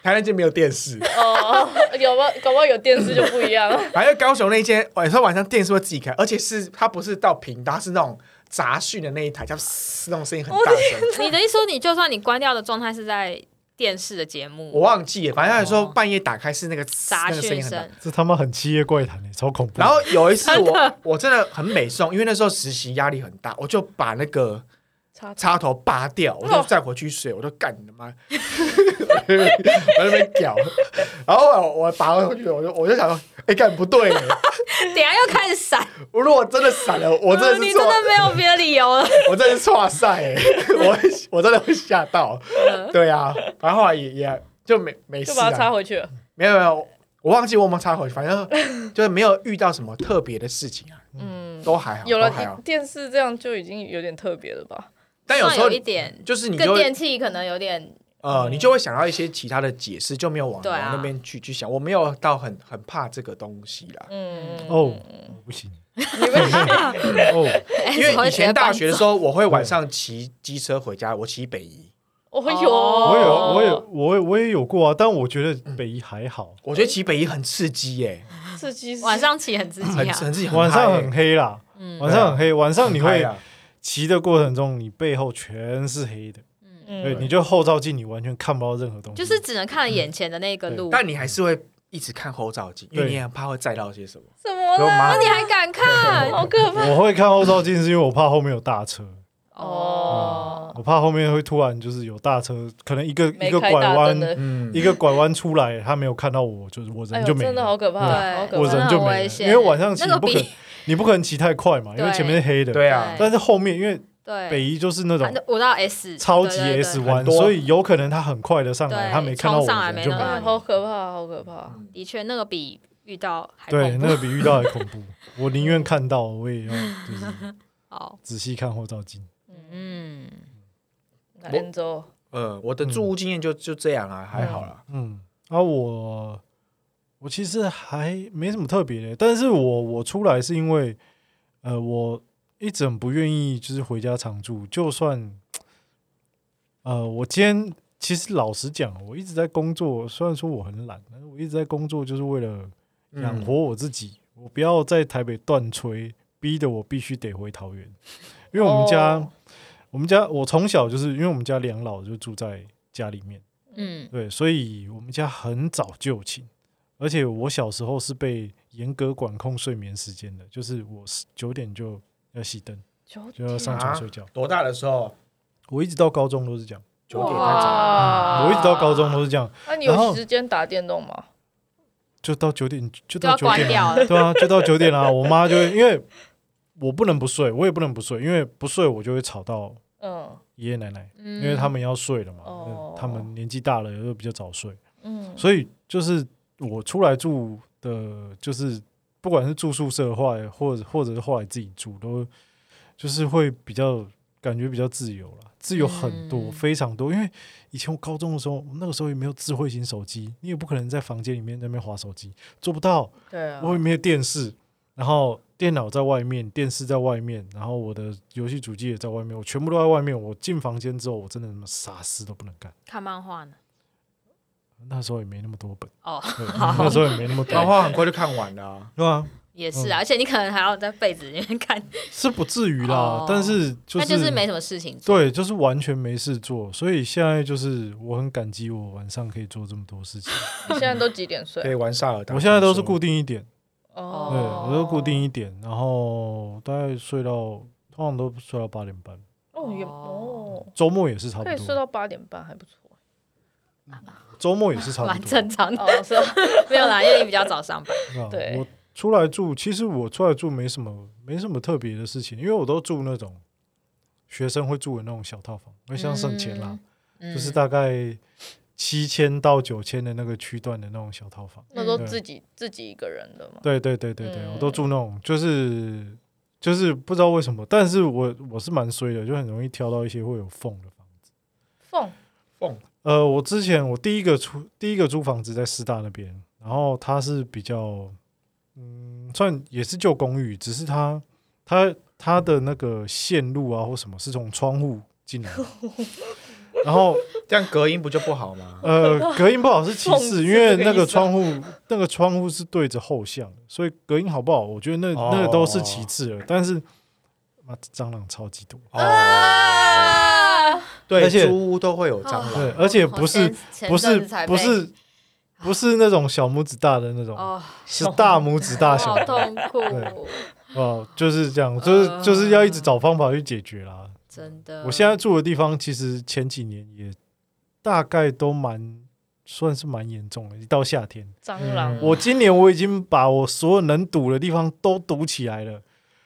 [SPEAKER 2] 台南街没有电视，
[SPEAKER 1] 哦， 有吗？搞不好有电视就不一样了。
[SPEAKER 2] 反正高雄那间，晚上晚上电视会自己开，而且是它不是到频道，它是那种杂讯的那一台，叫嘶那种声音很大声。
[SPEAKER 3] 你的意思说，你就算你关掉的状态是在电视的节
[SPEAKER 2] 我
[SPEAKER 3] 目，
[SPEAKER 2] 忘记了，反正他说半夜打开是那个嘶
[SPEAKER 3] 杂
[SPEAKER 2] 那个声
[SPEAKER 3] 讯
[SPEAKER 2] 音很大
[SPEAKER 3] 声。，
[SPEAKER 4] 这他妈很七夜怪谈欸超恐怖。
[SPEAKER 2] 然后有一次我我真的很美送，因为那时候实习压力很大，我就把那个
[SPEAKER 1] 插
[SPEAKER 2] 插头拔掉，我就再回去睡，我就干你的妈， 我在那边屌。然后我我拔回去，我就我就想说，哎、干不对，
[SPEAKER 3] 等一下又开始闪，
[SPEAKER 2] 我如果真的闪了，我真的
[SPEAKER 3] 呃你
[SPEAKER 2] 是
[SPEAKER 3] 真
[SPEAKER 2] 错，
[SPEAKER 3] 的没有别的理由了。
[SPEAKER 2] 我真的是错赛、欸，我会我真的会吓到。对啊，反正后来也也就没没
[SPEAKER 1] 就
[SPEAKER 2] 事
[SPEAKER 1] 把它插
[SPEAKER 2] 啊，
[SPEAKER 1] 回去了。
[SPEAKER 2] 没有没有，我忘记我有没有插回去，反 正就是没有遇到什么特别的事情啊，
[SPEAKER 1] 嗯，
[SPEAKER 2] 都还好，
[SPEAKER 1] 有
[SPEAKER 2] 都还好
[SPEAKER 1] 了。电视这样就已经有点特别了吧？
[SPEAKER 2] 但有时候
[SPEAKER 3] 算一点，
[SPEAKER 2] 就是你就
[SPEAKER 3] 跟
[SPEAKER 2] 会
[SPEAKER 3] 电器可能有点
[SPEAKER 2] 呃，你就会想到一些其他的解释，就没有往
[SPEAKER 3] 对
[SPEAKER 2] 往
[SPEAKER 3] 啊
[SPEAKER 2] 那边去去想。我没有到很很怕这个东西啦，
[SPEAKER 1] 嗯，
[SPEAKER 4] 哦，我
[SPEAKER 2] 嗯
[SPEAKER 4] 不行
[SPEAKER 1] 你 们
[SPEAKER 4] 哦，
[SPEAKER 2] 因 为以前大学的时候，我会晚
[SPEAKER 4] 对
[SPEAKER 2] 上骑机车回家，我骑北宜，
[SPEAKER 1] 哦
[SPEAKER 3] 哦
[SPEAKER 1] 哟，
[SPEAKER 4] 我有我有我有我也有过啊，但我觉得北宜还好，
[SPEAKER 2] 我
[SPEAKER 3] 嗯
[SPEAKER 2] 觉得骑北宜很刺激耶、
[SPEAKER 1] 刺激死
[SPEAKER 3] 晚上骑很刺
[SPEAKER 2] 很
[SPEAKER 3] 激啊，
[SPEAKER 2] 很刺激，
[SPEAKER 4] 晚上
[SPEAKER 2] 很
[SPEAKER 4] 很黑啦，晚上很黑，晚上你
[SPEAKER 2] 嗯嗨
[SPEAKER 4] 会
[SPEAKER 2] 啊
[SPEAKER 4] 骑的过程中，你背后全是黑的，
[SPEAKER 1] 嗯，
[SPEAKER 4] 对，哎你就后照镜你完全看不到任何东西，
[SPEAKER 3] 就是只能看眼前的那个路。
[SPEAKER 2] 但你还是会一直看后照镜，因为
[SPEAKER 4] 对
[SPEAKER 2] 你很怕会载到些什么。
[SPEAKER 1] 怎么
[SPEAKER 2] 然后
[SPEAKER 1] 了？
[SPEAKER 2] 妈
[SPEAKER 3] 那你还敢看？
[SPEAKER 1] 好可怕
[SPEAKER 4] 我会看后照镜，是因为我怕后面有大车， 嗯
[SPEAKER 1] 哦！
[SPEAKER 4] 我怕后面会突然就是有大车，可能一个一
[SPEAKER 1] 没
[SPEAKER 4] 个
[SPEAKER 1] 开
[SPEAKER 4] 拐
[SPEAKER 1] 大灯
[SPEAKER 4] 弯，
[SPEAKER 1] 的，
[SPEAKER 2] 嗯
[SPEAKER 4] 一个拐弯出来，他没有看到我，就是我
[SPEAKER 1] 哎
[SPEAKER 4] 人
[SPEAKER 1] 呦，
[SPEAKER 4] 就没
[SPEAKER 1] 真的好
[SPEAKER 4] 了。
[SPEAKER 1] 可怕，好可
[SPEAKER 3] 对，
[SPEAKER 4] 我
[SPEAKER 1] 怕
[SPEAKER 4] 人
[SPEAKER 3] 真！的
[SPEAKER 4] 就
[SPEAKER 3] 很
[SPEAKER 4] 没了
[SPEAKER 3] 危险
[SPEAKER 4] 因为晚上骑
[SPEAKER 3] 那个
[SPEAKER 4] 不可
[SPEAKER 3] 比
[SPEAKER 4] 你不可能骑太快嘛，因为
[SPEAKER 3] 对
[SPEAKER 4] 前面是黑的，
[SPEAKER 2] 对啊，
[SPEAKER 3] 对
[SPEAKER 4] 但是后面因为
[SPEAKER 3] 对
[SPEAKER 4] 北宜就是那种
[SPEAKER 3] 反正我到 S
[SPEAKER 4] 哦超级
[SPEAKER 3] 对对对
[SPEAKER 4] S 弯，
[SPEAKER 2] 很多
[SPEAKER 4] 所以有可能他很快的上来，
[SPEAKER 3] 对
[SPEAKER 4] 他没看到我
[SPEAKER 3] 冲上来
[SPEAKER 4] 人就
[SPEAKER 3] 没
[SPEAKER 4] 没
[SPEAKER 3] 那
[SPEAKER 1] 哎
[SPEAKER 3] 个
[SPEAKER 4] 了。
[SPEAKER 1] 好可怕，好可怕！
[SPEAKER 3] 的确那个比遇到还
[SPEAKER 4] 对，
[SPEAKER 3] 恐
[SPEAKER 4] 那
[SPEAKER 3] 怖。
[SPEAKER 4] 个比遇到还恐怖。我宁愿看到，我也要就是
[SPEAKER 3] 好，
[SPEAKER 4] 仔细看后照镜。
[SPEAKER 3] 嗯，
[SPEAKER 1] 那 N 州
[SPEAKER 2] 呃，我的住屋经验就就这样啊，还好啦。
[SPEAKER 4] 嗯，啊，我我其实还没什么特别的，但是我我出来是因为，呃，我一直很不愿意就是回家常住，就算，呃，我今天其实老实讲，我一直在工作，虽然说我很懒，但是我一直在工作，就是为了
[SPEAKER 2] 嗯
[SPEAKER 4] 养活我自己，我不要在台北断吹，逼得我必须得回桃园，因为我们家、
[SPEAKER 1] 哦
[SPEAKER 4] 我们家我从小就是因为我们家两老就住在家里面。
[SPEAKER 3] 嗯，
[SPEAKER 4] 对，所以我们家很早就寝，而且我小时候是被严格管控睡眠时间的，就是我九点就要熄灯，
[SPEAKER 1] 九
[SPEAKER 4] 就要上
[SPEAKER 2] 啊
[SPEAKER 4] 床睡觉。
[SPEAKER 2] 多大的时候？
[SPEAKER 4] 我一直到高中都是这样，
[SPEAKER 2] 九点
[SPEAKER 1] 哇
[SPEAKER 2] 太早。
[SPEAKER 1] 啊
[SPEAKER 4] 嗯我一直到高中都是这样，
[SPEAKER 1] 那你
[SPEAKER 4] 然
[SPEAKER 1] 有
[SPEAKER 4] 后
[SPEAKER 1] 时间打电动吗？
[SPEAKER 4] 就到九点就
[SPEAKER 3] 就
[SPEAKER 4] 到
[SPEAKER 3] 要
[SPEAKER 4] 九
[SPEAKER 3] 关
[SPEAKER 4] 点
[SPEAKER 3] 掉
[SPEAKER 4] 啊，
[SPEAKER 3] 了。
[SPEAKER 4] 对啊，就到九点啊。我妈就会因为我不能不睡，我也不能不睡，因为不睡我就会吵到
[SPEAKER 1] 嗯
[SPEAKER 4] 爷爷奶奶，
[SPEAKER 3] 嗯，
[SPEAKER 4] 因为他们要睡了嘛，那
[SPEAKER 1] 哦
[SPEAKER 4] 他们年纪大了又比较早睡。
[SPEAKER 1] 嗯，
[SPEAKER 4] 所以就是我出来住的，就是不管是住宿舍后来，或者或者是后来自己住，都就是会比较感觉比较自由了，自由很多，
[SPEAKER 3] 嗯
[SPEAKER 4] 非常多。因为以前我高中的时候，那个时候也没有智慧型手机，你也不可能在房间里面在那边划手机，做不到。
[SPEAKER 1] 对啊，
[SPEAKER 4] 我也没有电视，然后电脑在外面，电视在外面，然后我的游戏主机也在外面，我全部都在外面。我进房间之后，我真的什么啥事都不能干。
[SPEAKER 3] 看漫画呢。
[SPEAKER 4] 那时候也没那么多本，
[SPEAKER 3] 哦，
[SPEAKER 4] 对那时候也没那么多
[SPEAKER 2] 漫画很快就看完了啊、
[SPEAKER 4] 对啊，
[SPEAKER 3] 也是啊，而且你可能还要在被子里面看，
[SPEAKER 4] 是不至于啦，
[SPEAKER 3] 哦
[SPEAKER 4] 但是就
[SPEAKER 3] 那
[SPEAKER 4] 是
[SPEAKER 3] 就是没什么事情做。
[SPEAKER 4] 对，就是完全没事做，所以现在就是我很感激我晚上可以做这么多事情。
[SPEAKER 1] 你现在都几点睡
[SPEAKER 2] 可？以玩萨尔达。
[SPEAKER 4] 我现在都
[SPEAKER 2] 听
[SPEAKER 4] 是
[SPEAKER 2] 说
[SPEAKER 4] 固定一点，对
[SPEAKER 1] 哦，
[SPEAKER 4] 我都固定一点，然后大概睡到通常都睡到八点半，
[SPEAKER 1] 哦也哦，
[SPEAKER 4] 周末也是差
[SPEAKER 1] 可以
[SPEAKER 4] 不
[SPEAKER 1] 睡
[SPEAKER 4] 多，
[SPEAKER 1] 到八点半，还不错。
[SPEAKER 4] 周末也是差
[SPEAKER 3] 蛮
[SPEAKER 4] 不多
[SPEAKER 3] 正。常的，
[SPEAKER 1] 哦，是啊，
[SPEAKER 3] 没有啦，因为你比较早上班。
[SPEAKER 4] 对 吧
[SPEAKER 1] 对
[SPEAKER 4] 我出来住，其实我出来住没什么没什么特别的事情，因为我都住那种学生会住的那种小套房，那像省钱啦。
[SPEAKER 3] 嗯
[SPEAKER 4] 就是大概七千到九千的那个区段的那种小套房。
[SPEAKER 1] 那都
[SPEAKER 4] 嗯
[SPEAKER 1] 自己自己一个人的嘛。
[SPEAKER 4] 对对对对对，
[SPEAKER 1] 嗯
[SPEAKER 4] 我都住那种，就是就是不知道为什么，但是我我是蛮衰的，就很容易挑到一些会有缝的房子。
[SPEAKER 1] 缝
[SPEAKER 4] 呃，我之前我第一个出第一个租房子在师大那边，然后它是比较嗯，算也是旧公寓，只是它它它的那个线路啊或什么是从窗户进来的，然后
[SPEAKER 2] 这样隔音不就不好吗？
[SPEAKER 4] 呃，隔音不好是其
[SPEAKER 1] 讽
[SPEAKER 4] 次，
[SPEAKER 1] 刺
[SPEAKER 4] 因为那
[SPEAKER 1] 这个
[SPEAKER 4] 个
[SPEAKER 1] 意思啊
[SPEAKER 4] 窗户那个窗户是对着后巷，所以隔音好不好，我觉得那
[SPEAKER 2] 哦
[SPEAKER 4] 那个都是其次了。但是，妈蟑螂超级多，
[SPEAKER 2] 哦，
[SPEAKER 3] 啊
[SPEAKER 2] 对，
[SPEAKER 4] 而且
[SPEAKER 2] 租屋都会有蟑
[SPEAKER 4] 对，
[SPEAKER 2] 螂，
[SPEAKER 4] 而
[SPEAKER 1] 哦
[SPEAKER 4] 且不
[SPEAKER 3] 好
[SPEAKER 4] 是
[SPEAKER 3] 前前
[SPEAKER 4] 不是
[SPEAKER 3] 阵子才
[SPEAKER 4] 不
[SPEAKER 3] 被
[SPEAKER 1] 啊
[SPEAKER 4] 是不是那种小拇指大的那种，
[SPEAKER 3] 哦，
[SPEAKER 4] 是大拇指大小
[SPEAKER 3] 好
[SPEAKER 4] 的，
[SPEAKER 3] 痛苦，
[SPEAKER 4] 哦，就是这样，
[SPEAKER 1] 嗯
[SPEAKER 4] 就是就是要一直找方法去解决啦。
[SPEAKER 3] 真的。
[SPEAKER 4] 我现在住的地方，其实前几年也大概都蛮算是蛮严重的，一到夏天。
[SPEAKER 1] 蟑螂
[SPEAKER 2] 嗯
[SPEAKER 4] 我今年我已经把我所有能堵的地方都堵起来了，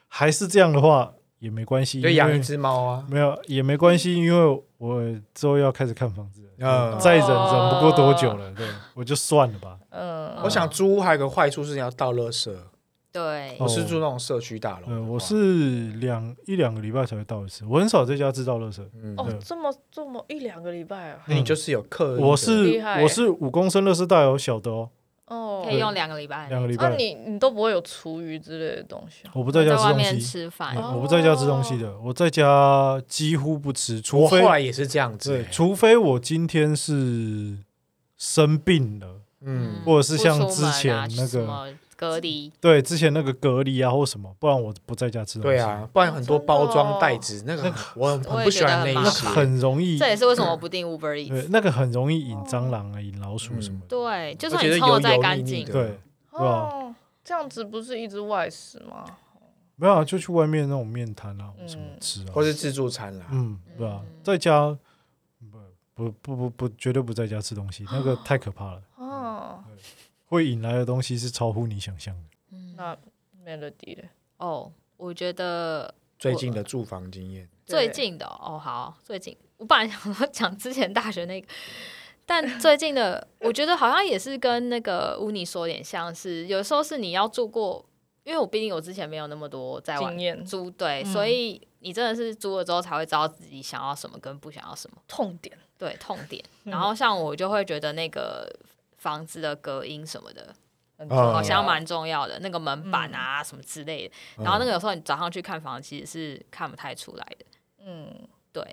[SPEAKER 4] 还是这样的话也没关系，
[SPEAKER 2] 就
[SPEAKER 4] 因
[SPEAKER 2] 养
[SPEAKER 4] 为
[SPEAKER 2] 一只猫啊。
[SPEAKER 4] 没有也没关系，因为我之后要开始看房子了，
[SPEAKER 2] 嗯
[SPEAKER 4] 再忍忍不过多久了，对，我就算了吧。
[SPEAKER 1] 嗯，
[SPEAKER 2] 我想租屋还有个坏处是你要倒垃圾，
[SPEAKER 3] 对
[SPEAKER 4] 哦
[SPEAKER 2] 我是住那种社区大楼的话，
[SPEAKER 4] 呃，我
[SPEAKER 3] 哦
[SPEAKER 4] 是两一两个礼拜才会到一次，我很少在家制造垃圾。
[SPEAKER 2] 嗯，
[SPEAKER 1] 哦
[SPEAKER 4] 对，
[SPEAKER 1] 这么这么一两个礼拜啊，
[SPEAKER 2] 那你就是有客，
[SPEAKER 4] 我
[SPEAKER 1] 厉
[SPEAKER 4] 是
[SPEAKER 1] 害
[SPEAKER 4] 我是五公升垃圾袋有小的哦，
[SPEAKER 1] 哦
[SPEAKER 3] 可，以用两个礼拜，
[SPEAKER 4] 两个礼
[SPEAKER 1] 那
[SPEAKER 4] 拜，
[SPEAKER 1] 你你都不会有厨余之类的东西啊？
[SPEAKER 4] 我不
[SPEAKER 3] 我
[SPEAKER 4] 在家吃
[SPEAKER 3] 外
[SPEAKER 4] 东
[SPEAKER 3] 面
[SPEAKER 4] 西，
[SPEAKER 3] 吃饭
[SPEAKER 4] 嗯，
[SPEAKER 1] 哦
[SPEAKER 4] 我不在家吃东西的，我在家几乎不吃，除
[SPEAKER 2] 我
[SPEAKER 4] 非
[SPEAKER 2] 后来也是这样子
[SPEAKER 4] 对，
[SPEAKER 2] 欸，
[SPEAKER 4] 除非我今天是生病了，
[SPEAKER 2] 嗯，
[SPEAKER 4] 或者是
[SPEAKER 3] 不
[SPEAKER 4] 像
[SPEAKER 3] 出
[SPEAKER 4] 之
[SPEAKER 3] 门啊
[SPEAKER 4] 前那
[SPEAKER 3] 什
[SPEAKER 4] 个
[SPEAKER 3] 么隔离，
[SPEAKER 4] 对之前那个隔离啊或什么，不然我不在家吃东西。
[SPEAKER 2] 对啊，，不然很多包装袋子那
[SPEAKER 4] 那
[SPEAKER 2] 个
[SPEAKER 4] 个
[SPEAKER 2] 我很
[SPEAKER 3] 哦我
[SPEAKER 2] 很
[SPEAKER 3] 也
[SPEAKER 2] 不喜
[SPEAKER 3] 觉得
[SPEAKER 2] 欢那
[SPEAKER 3] 很
[SPEAKER 2] 一
[SPEAKER 3] 麻
[SPEAKER 2] 些，
[SPEAKER 4] 很容易，
[SPEAKER 3] 这也是为什么我不订 Uber
[SPEAKER 4] 对
[SPEAKER 3] Eats。
[SPEAKER 4] 那个很容易引蟑螂啊，引老鼠什么的。
[SPEAKER 3] 对，就
[SPEAKER 2] 我
[SPEAKER 3] 算
[SPEAKER 2] 觉
[SPEAKER 3] 你
[SPEAKER 2] 得
[SPEAKER 3] 冲的
[SPEAKER 2] 油
[SPEAKER 3] 再
[SPEAKER 2] 油
[SPEAKER 3] 干
[SPEAKER 2] 腻腻
[SPEAKER 3] 净，
[SPEAKER 2] 的，
[SPEAKER 4] 对，对啊
[SPEAKER 1] 哦，这样子不是一直外食吗？
[SPEAKER 4] 没有啊，就去外面那种面摊啊，或什么
[SPEAKER 1] 嗯
[SPEAKER 4] 吃啊
[SPEAKER 2] 或，是自助餐啦，
[SPEAKER 4] 嗯，对啊
[SPEAKER 3] 嗯，
[SPEAKER 4] 在家不不不不不，绝对不在家吃东西，那个太可怕了，
[SPEAKER 1] 哦，
[SPEAKER 4] 会引来的东西是超乎你想象的。
[SPEAKER 3] 嗯
[SPEAKER 1] 那 Melody 嘞
[SPEAKER 3] 哦，我觉得
[SPEAKER 2] 最近的住房经验，
[SPEAKER 3] 最
[SPEAKER 1] 对
[SPEAKER 3] 近的哦，好，最近我本来想说讲之前大学那个， 但最近的我觉得好像也是跟那个乌尼说有点像是，有时候是你要住过，因为我毕竟我之前没有那么多在外
[SPEAKER 1] 经验
[SPEAKER 3] 租，对，
[SPEAKER 1] 嗯
[SPEAKER 3] 所以你真的是租了之后才会知道自己想要什么跟不想要什么，
[SPEAKER 1] 痛点，
[SPEAKER 3] 对，痛点。
[SPEAKER 1] 嗯
[SPEAKER 3] 然后像我就会觉得那个房子的隔音什么的，
[SPEAKER 1] 很
[SPEAKER 2] 哦
[SPEAKER 1] 重
[SPEAKER 3] 好像
[SPEAKER 1] 要
[SPEAKER 3] 蛮重要的，那个门
[SPEAKER 1] 嗯
[SPEAKER 3] 板啊、什么之类的。
[SPEAKER 2] 嗯
[SPEAKER 3] 然后那个有时候你早上去看房，其实是看不太出来的。
[SPEAKER 1] 嗯，
[SPEAKER 3] 对，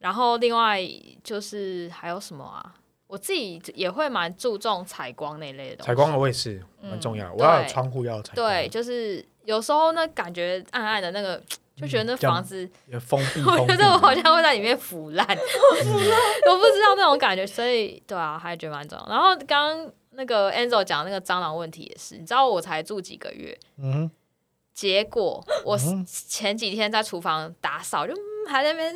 [SPEAKER 3] 然后另外就是还有什么啊？我自己也会蛮注重采光那类的东西。
[SPEAKER 2] 采光我也是蛮重要，我要有窗户要有采光，
[SPEAKER 3] 嗯对，就是有时候呢，感觉暗暗的那个，就觉得那
[SPEAKER 2] 嗯这样
[SPEAKER 3] 房子，
[SPEAKER 2] 也封闭，
[SPEAKER 3] 我
[SPEAKER 2] 封
[SPEAKER 3] 觉
[SPEAKER 2] 闭
[SPEAKER 3] 得我好像会在里面腐烂， 我不知道那种感觉， 所以对啊，还觉得蛮重要。然后刚刚那个 Enzo 讲那个蟑螂问题也是，你知道我才住几个月，
[SPEAKER 4] 嗯
[SPEAKER 3] 结果我
[SPEAKER 4] 嗯
[SPEAKER 3] 前几天在厨房打扫，就、嗯还在那边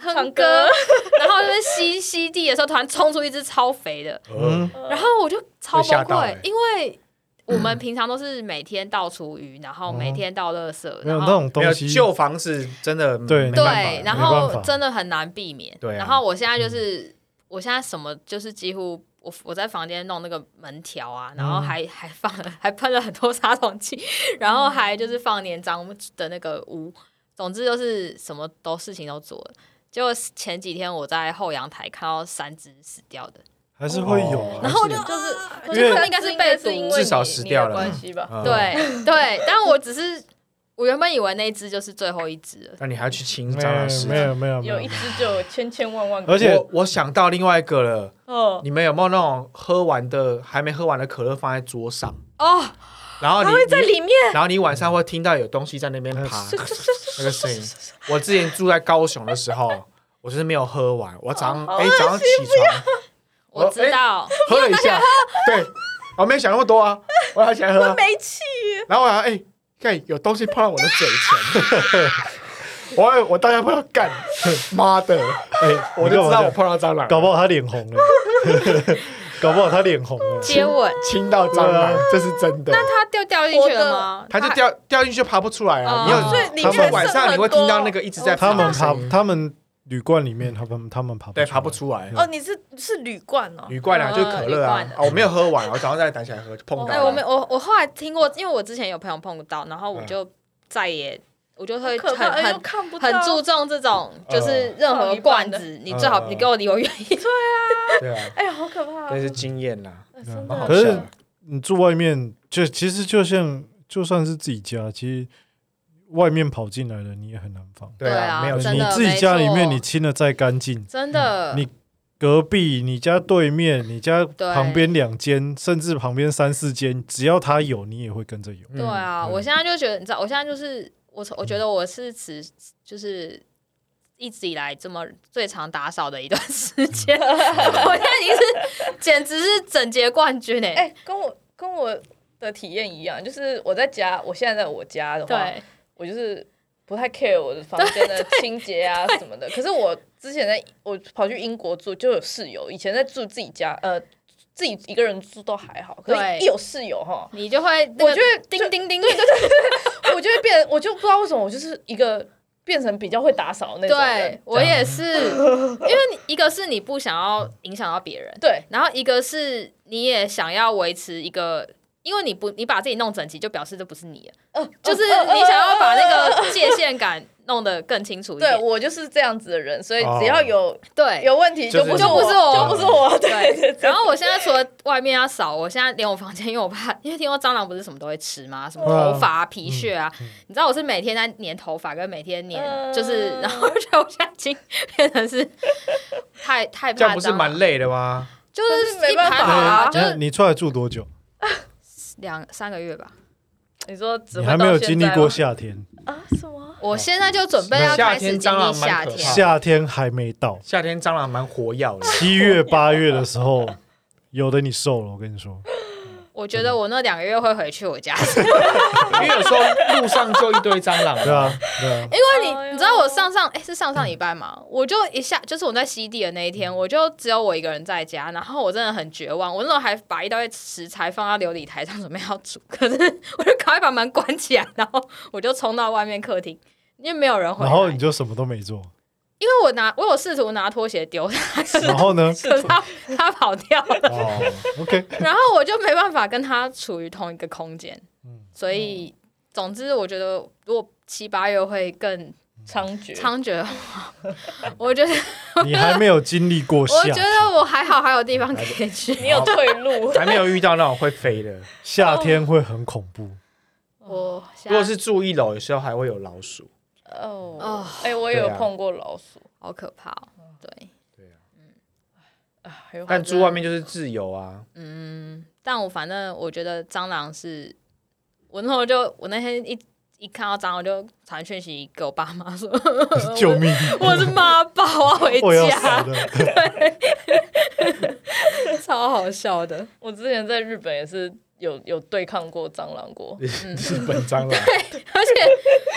[SPEAKER 3] 哼
[SPEAKER 1] 唱
[SPEAKER 3] 歌
[SPEAKER 1] 歌，
[SPEAKER 3] 然后就是吸吸地的时候，突然冲出一只超肥的，
[SPEAKER 4] 嗯
[SPEAKER 2] 嗯，
[SPEAKER 3] 然后我就超崩
[SPEAKER 2] 吓到
[SPEAKER 3] 溃
[SPEAKER 2] 欸，
[SPEAKER 3] 因为我们平常都是每天倒厨余，然后每天倒垃圾，
[SPEAKER 4] 没有
[SPEAKER 3] 然
[SPEAKER 4] 那
[SPEAKER 3] 后
[SPEAKER 4] 种
[SPEAKER 2] 没有
[SPEAKER 4] 东西，
[SPEAKER 2] 旧房子真的
[SPEAKER 4] 对
[SPEAKER 2] 没办法
[SPEAKER 3] 对，然
[SPEAKER 4] 没办
[SPEAKER 3] 后
[SPEAKER 4] 法
[SPEAKER 3] 真的很难避免。
[SPEAKER 2] 对啊嗯
[SPEAKER 3] 然后我现在就是，我现在什么就是几乎。我我在房间弄那个门条
[SPEAKER 2] 嗯
[SPEAKER 3] 啊，然后还、 还放了还喷了很多杀 虫剂，然后还就是放粘章的那个污，总之就是什么都事情都做了。结果前几天我在后阳台看到三只死掉的，
[SPEAKER 2] 哦
[SPEAKER 4] 还是会有啊。
[SPEAKER 3] 然后我就
[SPEAKER 1] 就是
[SPEAKER 3] 我
[SPEAKER 4] 因为
[SPEAKER 3] 觉得应该是被毒，
[SPEAKER 1] 因为
[SPEAKER 2] 至少
[SPEAKER 1] 你
[SPEAKER 2] 死
[SPEAKER 1] 你
[SPEAKER 2] 掉
[SPEAKER 1] 的
[SPEAKER 2] 了
[SPEAKER 1] 关系吧？
[SPEAKER 2] 嗯
[SPEAKER 3] 对对，但我只是我原本以为那一只就是最后一只了，
[SPEAKER 2] 那你还要去清
[SPEAKER 4] 没
[SPEAKER 2] 蟑螂尸
[SPEAKER 4] 有没
[SPEAKER 2] 体？
[SPEAKER 4] 有没有没
[SPEAKER 1] 有
[SPEAKER 4] 有
[SPEAKER 1] 一，只就有千千万万个，
[SPEAKER 4] 而且
[SPEAKER 2] 我我想到另外一个了，
[SPEAKER 1] 哦，
[SPEAKER 2] 你们有没有那种喝完的还没喝完的可乐放在桌上，
[SPEAKER 3] 哦，
[SPEAKER 2] 然后你
[SPEAKER 1] 它会在里面，
[SPEAKER 2] 然后你晚上会听到有东西在那边爬
[SPEAKER 4] 呃
[SPEAKER 2] 那个声音。我之前住在高雄的时候，我就是没有喝完，我早上哎早上起床我
[SPEAKER 3] 我知道，
[SPEAKER 2] 喝了一下，对，我没想那么多啊，我要起来喝啊，
[SPEAKER 1] 没气，
[SPEAKER 2] 然后我想哎看有东西碰到我的嘴 唇，我我当然会要干，妈的，
[SPEAKER 4] 哎，
[SPEAKER 2] 我
[SPEAKER 4] 你
[SPEAKER 2] 就知
[SPEAKER 4] 干嘛
[SPEAKER 2] 道
[SPEAKER 4] 这
[SPEAKER 2] 我
[SPEAKER 4] 样
[SPEAKER 2] 碰到蟑螂，
[SPEAKER 4] 搞不好他脸红了， 搞不好他脸红了。
[SPEAKER 3] 接吻，
[SPEAKER 2] 亲到蟑螂
[SPEAKER 4] 对啊，
[SPEAKER 2] 这是真的。
[SPEAKER 3] 它掉掉进去了吗？
[SPEAKER 2] 它就掉掉进去就爬不出来啊！
[SPEAKER 3] 哦
[SPEAKER 2] 你有，
[SPEAKER 4] 所以里
[SPEAKER 2] 他
[SPEAKER 4] 面
[SPEAKER 2] 们晚上你会听到那个一直在
[SPEAKER 4] 哎他们
[SPEAKER 2] 的声
[SPEAKER 4] 爬
[SPEAKER 2] 音，
[SPEAKER 4] 他们旅馆里面，他们他们爬
[SPEAKER 2] 对，爬不出来。
[SPEAKER 1] 哦，你是是铝罐哦，
[SPEAKER 2] 铝罐啊，
[SPEAKER 3] 嗯
[SPEAKER 2] 就是可乐啊
[SPEAKER 3] 铝罐。的
[SPEAKER 2] 啊，我没有喝完，我早上再打起来喝，就碰到
[SPEAKER 1] 哦
[SPEAKER 2] 了。
[SPEAKER 3] 哎，我没我我后来听过，因为我之前有朋友碰到，然后我就再也我就会
[SPEAKER 1] 可怕，
[SPEAKER 3] 很
[SPEAKER 1] 哎又
[SPEAKER 3] 很。
[SPEAKER 1] 看不到，
[SPEAKER 3] 很注重这种，就是任何罐子，你最好你给我离我远一点。
[SPEAKER 2] 对啊，
[SPEAKER 1] 哎，好可怕哦，
[SPEAKER 2] 那是嗯经验啦，
[SPEAKER 1] 哎真
[SPEAKER 2] 蛮
[SPEAKER 1] 的
[SPEAKER 2] 好
[SPEAKER 4] 可是
[SPEAKER 2] 笑的。
[SPEAKER 4] 你住外面，就其实就像就算是自己家，其实外面跑进来了，你也很难防。
[SPEAKER 2] 对
[SPEAKER 3] 对啊
[SPEAKER 2] 没有
[SPEAKER 3] 真
[SPEAKER 4] 你
[SPEAKER 3] 的
[SPEAKER 4] 自己家里
[SPEAKER 3] 没
[SPEAKER 4] 面，
[SPEAKER 3] 错
[SPEAKER 4] 你清的再干净，
[SPEAKER 3] 真的，
[SPEAKER 4] 你隔壁、你家对面、你家
[SPEAKER 3] 对
[SPEAKER 4] 旁边两间，甚至旁边三四间，只要他有，你也会跟着有。
[SPEAKER 3] 对啊，我现在就觉得，你知道，我现在就是我从，我觉得我是此就是一直以来这么最常打扫的一段时 间，我现在已经是简直是整洁冠军哎、
[SPEAKER 1] 哎、跟我跟我的体验一样，就是我在家，我现在在我家的话，
[SPEAKER 3] 对，
[SPEAKER 1] 我就是不太 care 我的房间的清洁啊什么的。可是我之前在我跑去英国住就有室友，以前在住自己家，呃，自己一个人住都还好，可
[SPEAKER 3] 对
[SPEAKER 1] 是一有室友哈，
[SPEAKER 3] 你就会、
[SPEAKER 1] 我觉得
[SPEAKER 3] 叮叮叮，
[SPEAKER 1] 我就会变，我就不知道为什么，我就是一个变成比较会打扫的那种人
[SPEAKER 3] 对。我也是， 因为你一个是你不想要影响到别人，
[SPEAKER 1] 对
[SPEAKER 3] 然后一个是你也想要维持一个，因为你不你把自己弄整齐，就表示这不是你了，就是你想要把那个界限感弄得更清楚一
[SPEAKER 1] 对
[SPEAKER 3] 点。
[SPEAKER 1] 我就是这样子的人，所以
[SPEAKER 4] 哦
[SPEAKER 1] 只要有
[SPEAKER 3] 对，
[SPEAKER 1] 有问题
[SPEAKER 4] 就是
[SPEAKER 1] 不
[SPEAKER 4] 就
[SPEAKER 1] 我，
[SPEAKER 3] 不是我
[SPEAKER 1] 就不是我，对对对。
[SPEAKER 3] 然后我现在除了外面要扫，我现在连我房间，因为我怕，因为听说蟑螂不是什么都会吃吗？ 什么头发、啊、皮屑啊，
[SPEAKER 2] 嗯
[SPEAKER 3] 你知道我是每天在粘头发，跟每天粘，
[SPEAKER 1] 嗯
[SPEAKER 3] 就是， 然后我觉得我现在已经变成是太太
[SPEAKER 2] 这样
[SPEAKER 3] 怕
[SPEAKER 2] 不是
[SPEAKER 3] 蟑
[SPEAKER 2] 蛮
[SPEAKER 3] 螂，
[SPEAKER 2] 累的吗？
[SPEAKER 3] 就
[SPEAKER 1] 但是
[SPEAKER 3] 是
[SPEAKER 1] 没
[SPEAKER 3] 一排
[SPEAKER 1] 办法
[SPEAKER 3] 好
[SPEAKER 1] 啊
[SPEAKER 3] 啊，
[SPEAKER 4] 你
[SPEAKER 3] 就
[SPEAKER 4] 看
[SPEAKER 3] 是
[SPEAKER 4] 你出来住多久？
[SPEAKER 3] 两三个月吧。
[SPEAKER 1] 你说只
[SPEAKER 4] 你
[SPEAKER 1] 会
[SPEAKER 4] 还没
[SPEAKER 1] 到
[SPEAKER 4] 有
[SPEAKER 1] 现
[SPEAKER 4] 经历
[SPEAKER 1] 在
[SPEAKER 4] 过
[SPEAKER 1] 吗
[SPEAKER 4] 夏天，
[SPEAKER 1] 啊什么？
[SPEAKER 3] 我现在就准备要
[SPEAKER 2] 夏
[SPEAKER 3] 开
[SPEAKER 2] 天
[SPEAKER 3] 始经
[SPEAKER 2] 蟑
[SPEAKER 3] 历
[SPEAKER 2] 螂蛮
[SPEAKER 3] 夏
[SPEAKER 2] 可怕
[SPEAKER 3] 天，
[SPEAKER 4] 夏天还没到，
[SPEAKER 2] 夏天蟑螂蛮活跃的，
[SPEAKER 4] 七月八月的时候，有的你瘦了，我跟你说，
[SPEAKER 3] 我觉得我那两个月会回去我家，
[SPEAKER 2] 因为有时候路上就一堆蟑螂。
[SPEAKER 4] 对啊，对啊，
[SPEAKER 3] 因为
[SPEAKER 1] 哎呦
[SPEAKER 3] 你你知道我上上哎、是上上礼拜嘛，我就一下就是我在西地的那一天，我就只有我一个人在家，然后我真的很绝望，我那时候还把一大堆食材放到琉璃台上准备要煮，可是我就赶快把门关起来，然后我就冲到外面客厅，因为没有人回来，
[SPEAKER 4] 然后你就什么都没做，
[SPEAKER 3] 因为我拿我有试图拿拖鞋丢他，
[SPEAKER 4] 然后呢？
[SPEAKER 3] 可是他他跑掉了，
[SPEAKER 4] 哦，OK，
[SPEAKER 3] 然后我就没办法跟他处于同一个空间，
[SPEAKER 4] 嗯
[SPEAKER 3] 所以总之我觉得如果七八月会更
[SPEAKER 1] 猖獗，
[SPEAKER 3] 猖獗的话，我 觉得
[SPEAKER 4] 你还没有经历过
[SPEAKER 3] 我
[SPEAKER 4] 夏
[SPEAKER 3] 觉得我还好，还有地方可 以去。
[SPEAKER 1] 你
[SPEAKER 4] 哦
[SPEAKER 1] 有退 路。
[SPEAKER 2] 还没有遇到那种会飞的，
[SPEAKER 4] 夏天会很恐怖，
[SPEAKER 3] 我下
[SPEAKER 2] 如果是住一楼，有时候还会有老鼠。
[SPEAKER 1] 哦
[SPEAKER 3] 哦，
[SPEAKER 1] 哎，我也
[SPEAKER 4] 啊
[SPEAKER 1] 有碰过老鼠，
[SPEAKER 3] 好可怕、哦，对，
[SPEAKER 1] 啊还有
[SPEAKER 2] 但住外面就是自由啊，
[SPEAKER 3] 嗯，但我反正我觉得蟑螂是，我那时候就我那天一一看到蟑螂我就传讯息给我爸 妈说，
[SPEAKER 4] 救命！
[SPEAKER 3] 哦我是妈宝，我要回
[SPEAKER 4] 我要死
[SPEAKER 3] 家，
[SPEAKER 4] 了，
[SPEAKER 3] 超好笑的。
[SPEAKER 1] 我之前在日本也是有有对抗过蟑螂过，
[SPEAKER 3] 嗯
[SPEAKER 2] 日本蟑螂。
[SPEAKER 3] 而且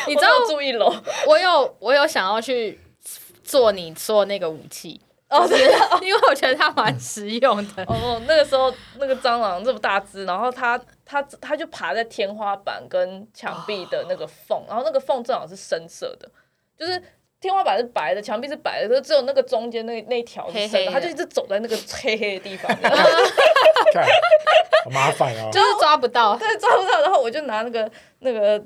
[SPEAKER 3] 你
[SPEAKER 1] 你
[SPEAKER 3] 知道
[SPEAKER 1] 住一楼
[SPEAKER 3] 我有我有想要去做你说那个武器，
[SPEAKER 1] 哦，对，
[SPEAKER 3] 因为我觉得它蛮实用的。
[SPEAKER 1] 哦，那个时候那个蟑螂这么大只，然后它它它就爬在天花板跟墙壁的那个缝，然后那个缝正好是深色的，就是。天花板是白的，墙壁是白的，可是只有那个中间那那一条是深的，
[SPEAKER 3] 黑黑的
[SPEAKER 1] 它就一直走在那个黑黑的地方， 然后
[SPEAKER 2] 看，好麻烦哦。
[SPEAKER 3] 就是抓不到
[SPEAKER 1] 对，抓不到。然后我就拿那个那个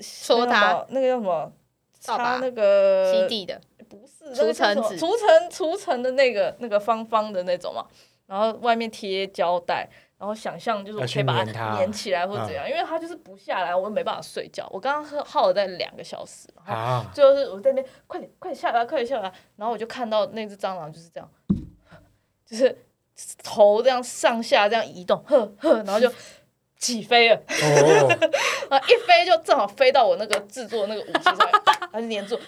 [SPEAKER 3] 戳它，，
[SPEAKER 1] 那个叫什么那个叫什么，擦
[SPEAKER 3] 扫把
[SPEAKER 1] 那个
[SPEAKER 3] 吸地的，
[SPEAKER 1] 不是那个叫什么
[SPEAKER 3] 除尘纸
[SPEAKER 1] 除尘除尘的那个那个方方的那种嘛，然后外面贴胶带。然后想象就是我
[SPEAKER 2] 要
[SPEAKER 1] 可
[SPEAKER 2] 去
[SPEAKER 1] 以把
[SPEAKER 2] 粘它嗯
[SPEAKER 1] 它粘起来或怎样，因为它就是不下来，我又没办法睡觉。我刚刚耗了在两个小时，然后
[SPEAKER 2] 啊，
[SPEAKER 1] 最后是我在那边快点快点下来，快点下来，然后我就看到那只蟑螂就是这样，就是头这样上下这样移动，呵呵，然后就起飞了，
[SPEAKER 2] 哦，
[SPEAKER 1] 然后一飞就正好飞到我那个制作那个武器上面， 它就粘住，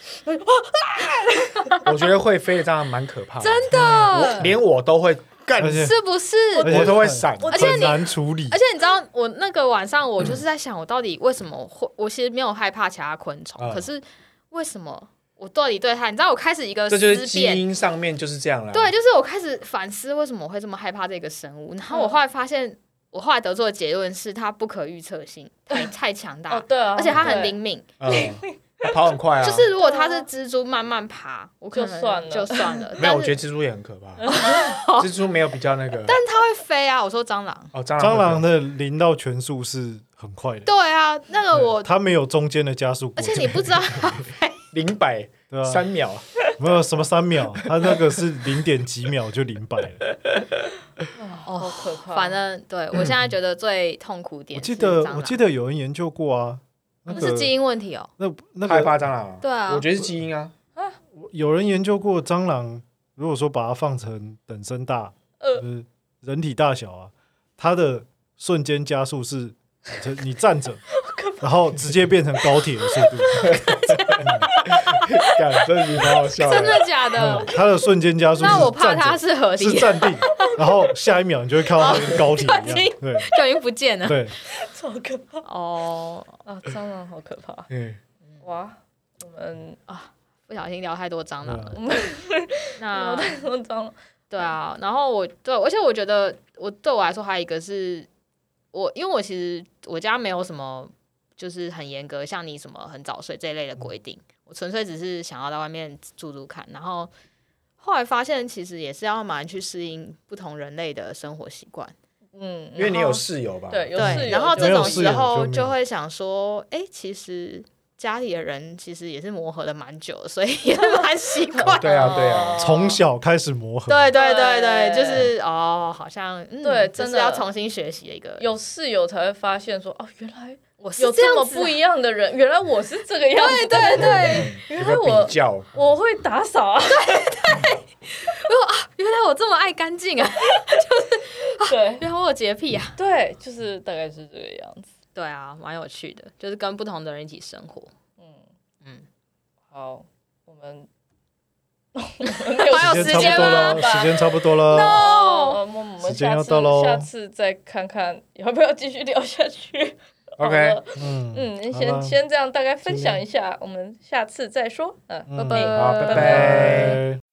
[SPEAKER 2] 我觉得会飞的蟑螂蛮可怕的，真的，
[SPEAKER 3] 的
[SPEAKER 2] 连嗯我都会干，
[SPEAKER 4] 而且
[SPEAKER 3] 嗯是不是？
[SPEAKER 4] 而且
[SPEAKER 2] 我都会闪。
[SPEAKER 1] 我
[SPEAKER 4] 很难处理
[SPEAKER 3] 而。且你知道，我那个晚上我就是在想，我到底为什么会？我其实没有害怕其他昆虫，
[SPEAKER 2] 嗯
[SPEAKER 3] 可是为什么我到底对它？你知道，我开始一个
[SPEAKER 2] 这
[SPEAKER 3] 思
[SPEAKER 2] 就是基
[SPEAKER 3] 辨，
[SPEAKER 2] 因啊上面就是这样啦。
[SPEAKER 3] 对，，就是我开始反思为什么我会这么害怕这个生物。然后我后来发现，我后来得出的结论是它不可预测性 太太强大
[SPEAKER 1] 哦，对啊，
[SPEAKER 3] 而且它很
[SPEAKER 1] 对
[SPEAKER 3] 灵敏。
[SPEAKER 2] 嗯， 它跑很快啊。
[SPEAKER 3] 就是如果它是蜘蛛慢慢爬，我可
[SPEAKER 1] 就
[SPEAKER 3] 能
[SPEAKER 1] 算了
[SPEAKER 3] 就算了。
[SPEAKER 2] 没有，
[SPEAKER 3] 但
[SPEAKER 2] 我觉
[SPEAKER 3] 是
[SPEAKER 2] 得蜘蛛也很可 怕。蜘蛛没有比较那个，
[SPEAKER 3] 但它会飞啊！我说蟑螂，
[SPEAKER 2] 哦，蟑螂
[SPEAKER 4] 蟑
[SPEAKER 2] 蟑
[SPEAKER 4] 螂的零到全速是很快的，
[SPEAKER 3] 对啊，那个我，
[SPEAKER 4] 它没有中间的加速过
[SPEAKER 3] 而
[SPEAKER 4] 程，
[SPEAKER 3] 且你不知道
[SPEAKER 2] 零百
[SPEAKER 4] 对啊，
[SPEAKER 2] 三秒，
[SPEAKER 4] 没有什么三秒，它那个是零点几秒就零百了。
[SPEAKER 1] 哦，好可怕，
[SPEAKER 3] 反正对我现在觉得最痛苦点
[SPEAKER 4] 我
[SPEAKER 3] 是
[SPEAKER 4] 记
[SPEAKER 3] 蟑螂，
[SPEAKER 4] 得我记得有人研究过啊，那
[SPEAKER 3] 那是基
[SPEAKER 4] 个
[SPEAKER 3] 因问题哦。
[SPEAKER 4] 那那
[SPEAKER 2] 害
[SPEAKER 4] 个
[SPEAKER 2] 怕蟑螂啊。
[SPEAKER 3] 对啊
[SPEAKER 2] 我觉得是基因啊。
[SPEAKER 4] 有人研究过蟑螂如果说把它放成等身大，
[SPEAKER 1] 呃
[SPEAKER 4] 就是人体大小啊，它的瞬间加速是，就你站 着，然后直接变成高铁的速度，
[SPEAKER 2] 干，这你蛮好笑
[SPEAKER 3] 真
[SPEAKER 2] 的。
[SPEAKER 3] 的假的
[SPEAKER 4] 啊嗯？它的瞬间加速
[SPEAKER 3] 呃那我
[SPEAKER 4] 是
[SPEAKER 3] 怕
[SPEAKER 4] 站
[SPEAKER 3] 它
[SPEAKER 4] 着，
[SPEAKER 3] 是合
[SPEAKER 4] 是
[SPEAKER 3] 理的，
[SPEAKER 4] 站 定，然后下一秒你就会看到它跟高铁一
[SPEAKER 3] 已
[SPEAKER 4] 样
[SPEAKER 3] 经，
[SPEAKER 4] 对
[SPEAKER 3] 就已经不见了。
[SPEAKER 4] 对，
[SPEAKER 1] 超可怕
[SPEAKER 3] 哦，
[SPEAKER 1] 啊！蟑螂好可怕
[SPEAKER 2] 嗯，
[SPEAKER 1] 哇！我们
[SPEAKER 3] 不小心聊太多蟑螂了。
[SPEAKER 1] 我们
[SPEAKER 4] 啊
[SPEAKER 3] 那
[SPEAKER 1] 有太多蟑螂，
[SPEAKER 3] 对啊，然后我对，而且我觉得我对我来说还有一个是我，因为我其实我家没有什么就是很严格，像你什么很早睡这一类的规定，我纯粹只是想要在外面住住看，然后后来发现其实也是要蛮去适应不同人类的生活习惯，
[SPEAKER 1] 嗯，
[SPEAKER 2] 因为你
[SPEAKER 1] 然
[SPEAKER 2] 有
[SPEAKER 1] 后
[SPEAKER 2] 室友吧？
[SPEAKER 1] 对有啊室
[SPEAKER 3] 对，
[SPEAKER 1] 友
[SPEAKER 3] 然后
[SPEAKER 1] 就
[SPEAKER 3] 这
[SPEAKER 1] 没有
[SPEAKER 3] 种
[SPEAKER 1] 室
[SPEAKER 3] 时
[SPEAKER 4] 友就
[SPEAKER 3] 候
[SPEAKER 4] 没
[SPEAKER 3] 就
[SPEAKER 4] 有
[SPEAKER 3] 会想说，哎、其实家里的人其实也是磨合的蛮久的，所以也是蛮习惯。
[SPEAKER 2] 对啊，对啊，
[SPEAKER 4] 从小开始磨合，
[SPEAKER 3] 对对
[SPEAKER 1] 对
[SPEAKER 3] 对对，就是哦，好像、嗯、
[SPEAKER 1] 对
[SPEAKER 3] 这
[SPEAKER 1] 真
[SPEAKER 3] 是
[SPEAKER 1] 的
[SPEAKER 3] 要重新学习的一个。
[SPEAKER 1] 有室友才会发现说哦，原来
[SPEAKER 3] 我是
[SPEAKER 1] 有
[SPEAKER 3] 这
[SPEAKER 1] 这么
[SPEAKER 3] 样子
[SPEAKER 1] 不，一样的人，原来我是这个样子，对对对，
[SPEAKER 2] 有
[SPEAKER 1] 原
[SPEAKER 2] 个
[SPEAKER 1] 来
[SPEAKER 2] 比
[SPEAKER 1] 我
[SPEAKER 2] 较，
[SPEAKER 1] 我会打扫啊，
[SPEAKER 3] 啊 原来我这么爱干净啊，
[SPEAKER 1] 对
[SPEAKER 3] 原来我有洁癖啊。
[SPEAKER 1] 对，就是大概是这个样子。
[SPEAKER 3] 对啊，蛮有趣的，就是跟不同的人一起生活，
[SPEAKER 1] 嗯，
[SPEAKER 3] 嗯，
[SPEAKER 1] 好，我 们
[SPEAKER 3] 还有
[SPEAKER 4] 时
[SPEAKER 3] 时
[SPEAKER 4] 间差
[SPEAKER 3] 间
[SPEAKER 4] 不多
[SPEAKER 3] 吗
[SPEAKER 4] 了，时间差不多了，
[SPEAKER 1] 哦，我们我们
[SPEAKER 4] 时间
[SPEAKER 1] 下
[SPEAKER 4] 要
[SPEAKER 1] 次
[SPEAKER 4] 到喽
[SPEAKER 1] 下次再看看要不要继续聊下去。好
[SPEAKER 2] OK
[SPEAKER 1] 了
[SPEAKER 4] 嗯
[SPEAKER 1] 嗯，
[SPEAKER 4] 好
[SPEAKER 1] 先
[SPEAKER 4] 啦
[SPEAKER 1] 先这样，大概分
[SPEAKER 4] 今
[SPEAKER 1] 享
[SPEAKER 4] 天
[SPEAKER 1] 一下，我们下次再说。嗯，
[SPEAKER 4] 嗯
[SPEAKER 1] 拜
[SPEAKER 2] 好，拜
[SPEAKER 1] 拜
[SPEAKER 2] 拜。
[SPEAKER 4] 拜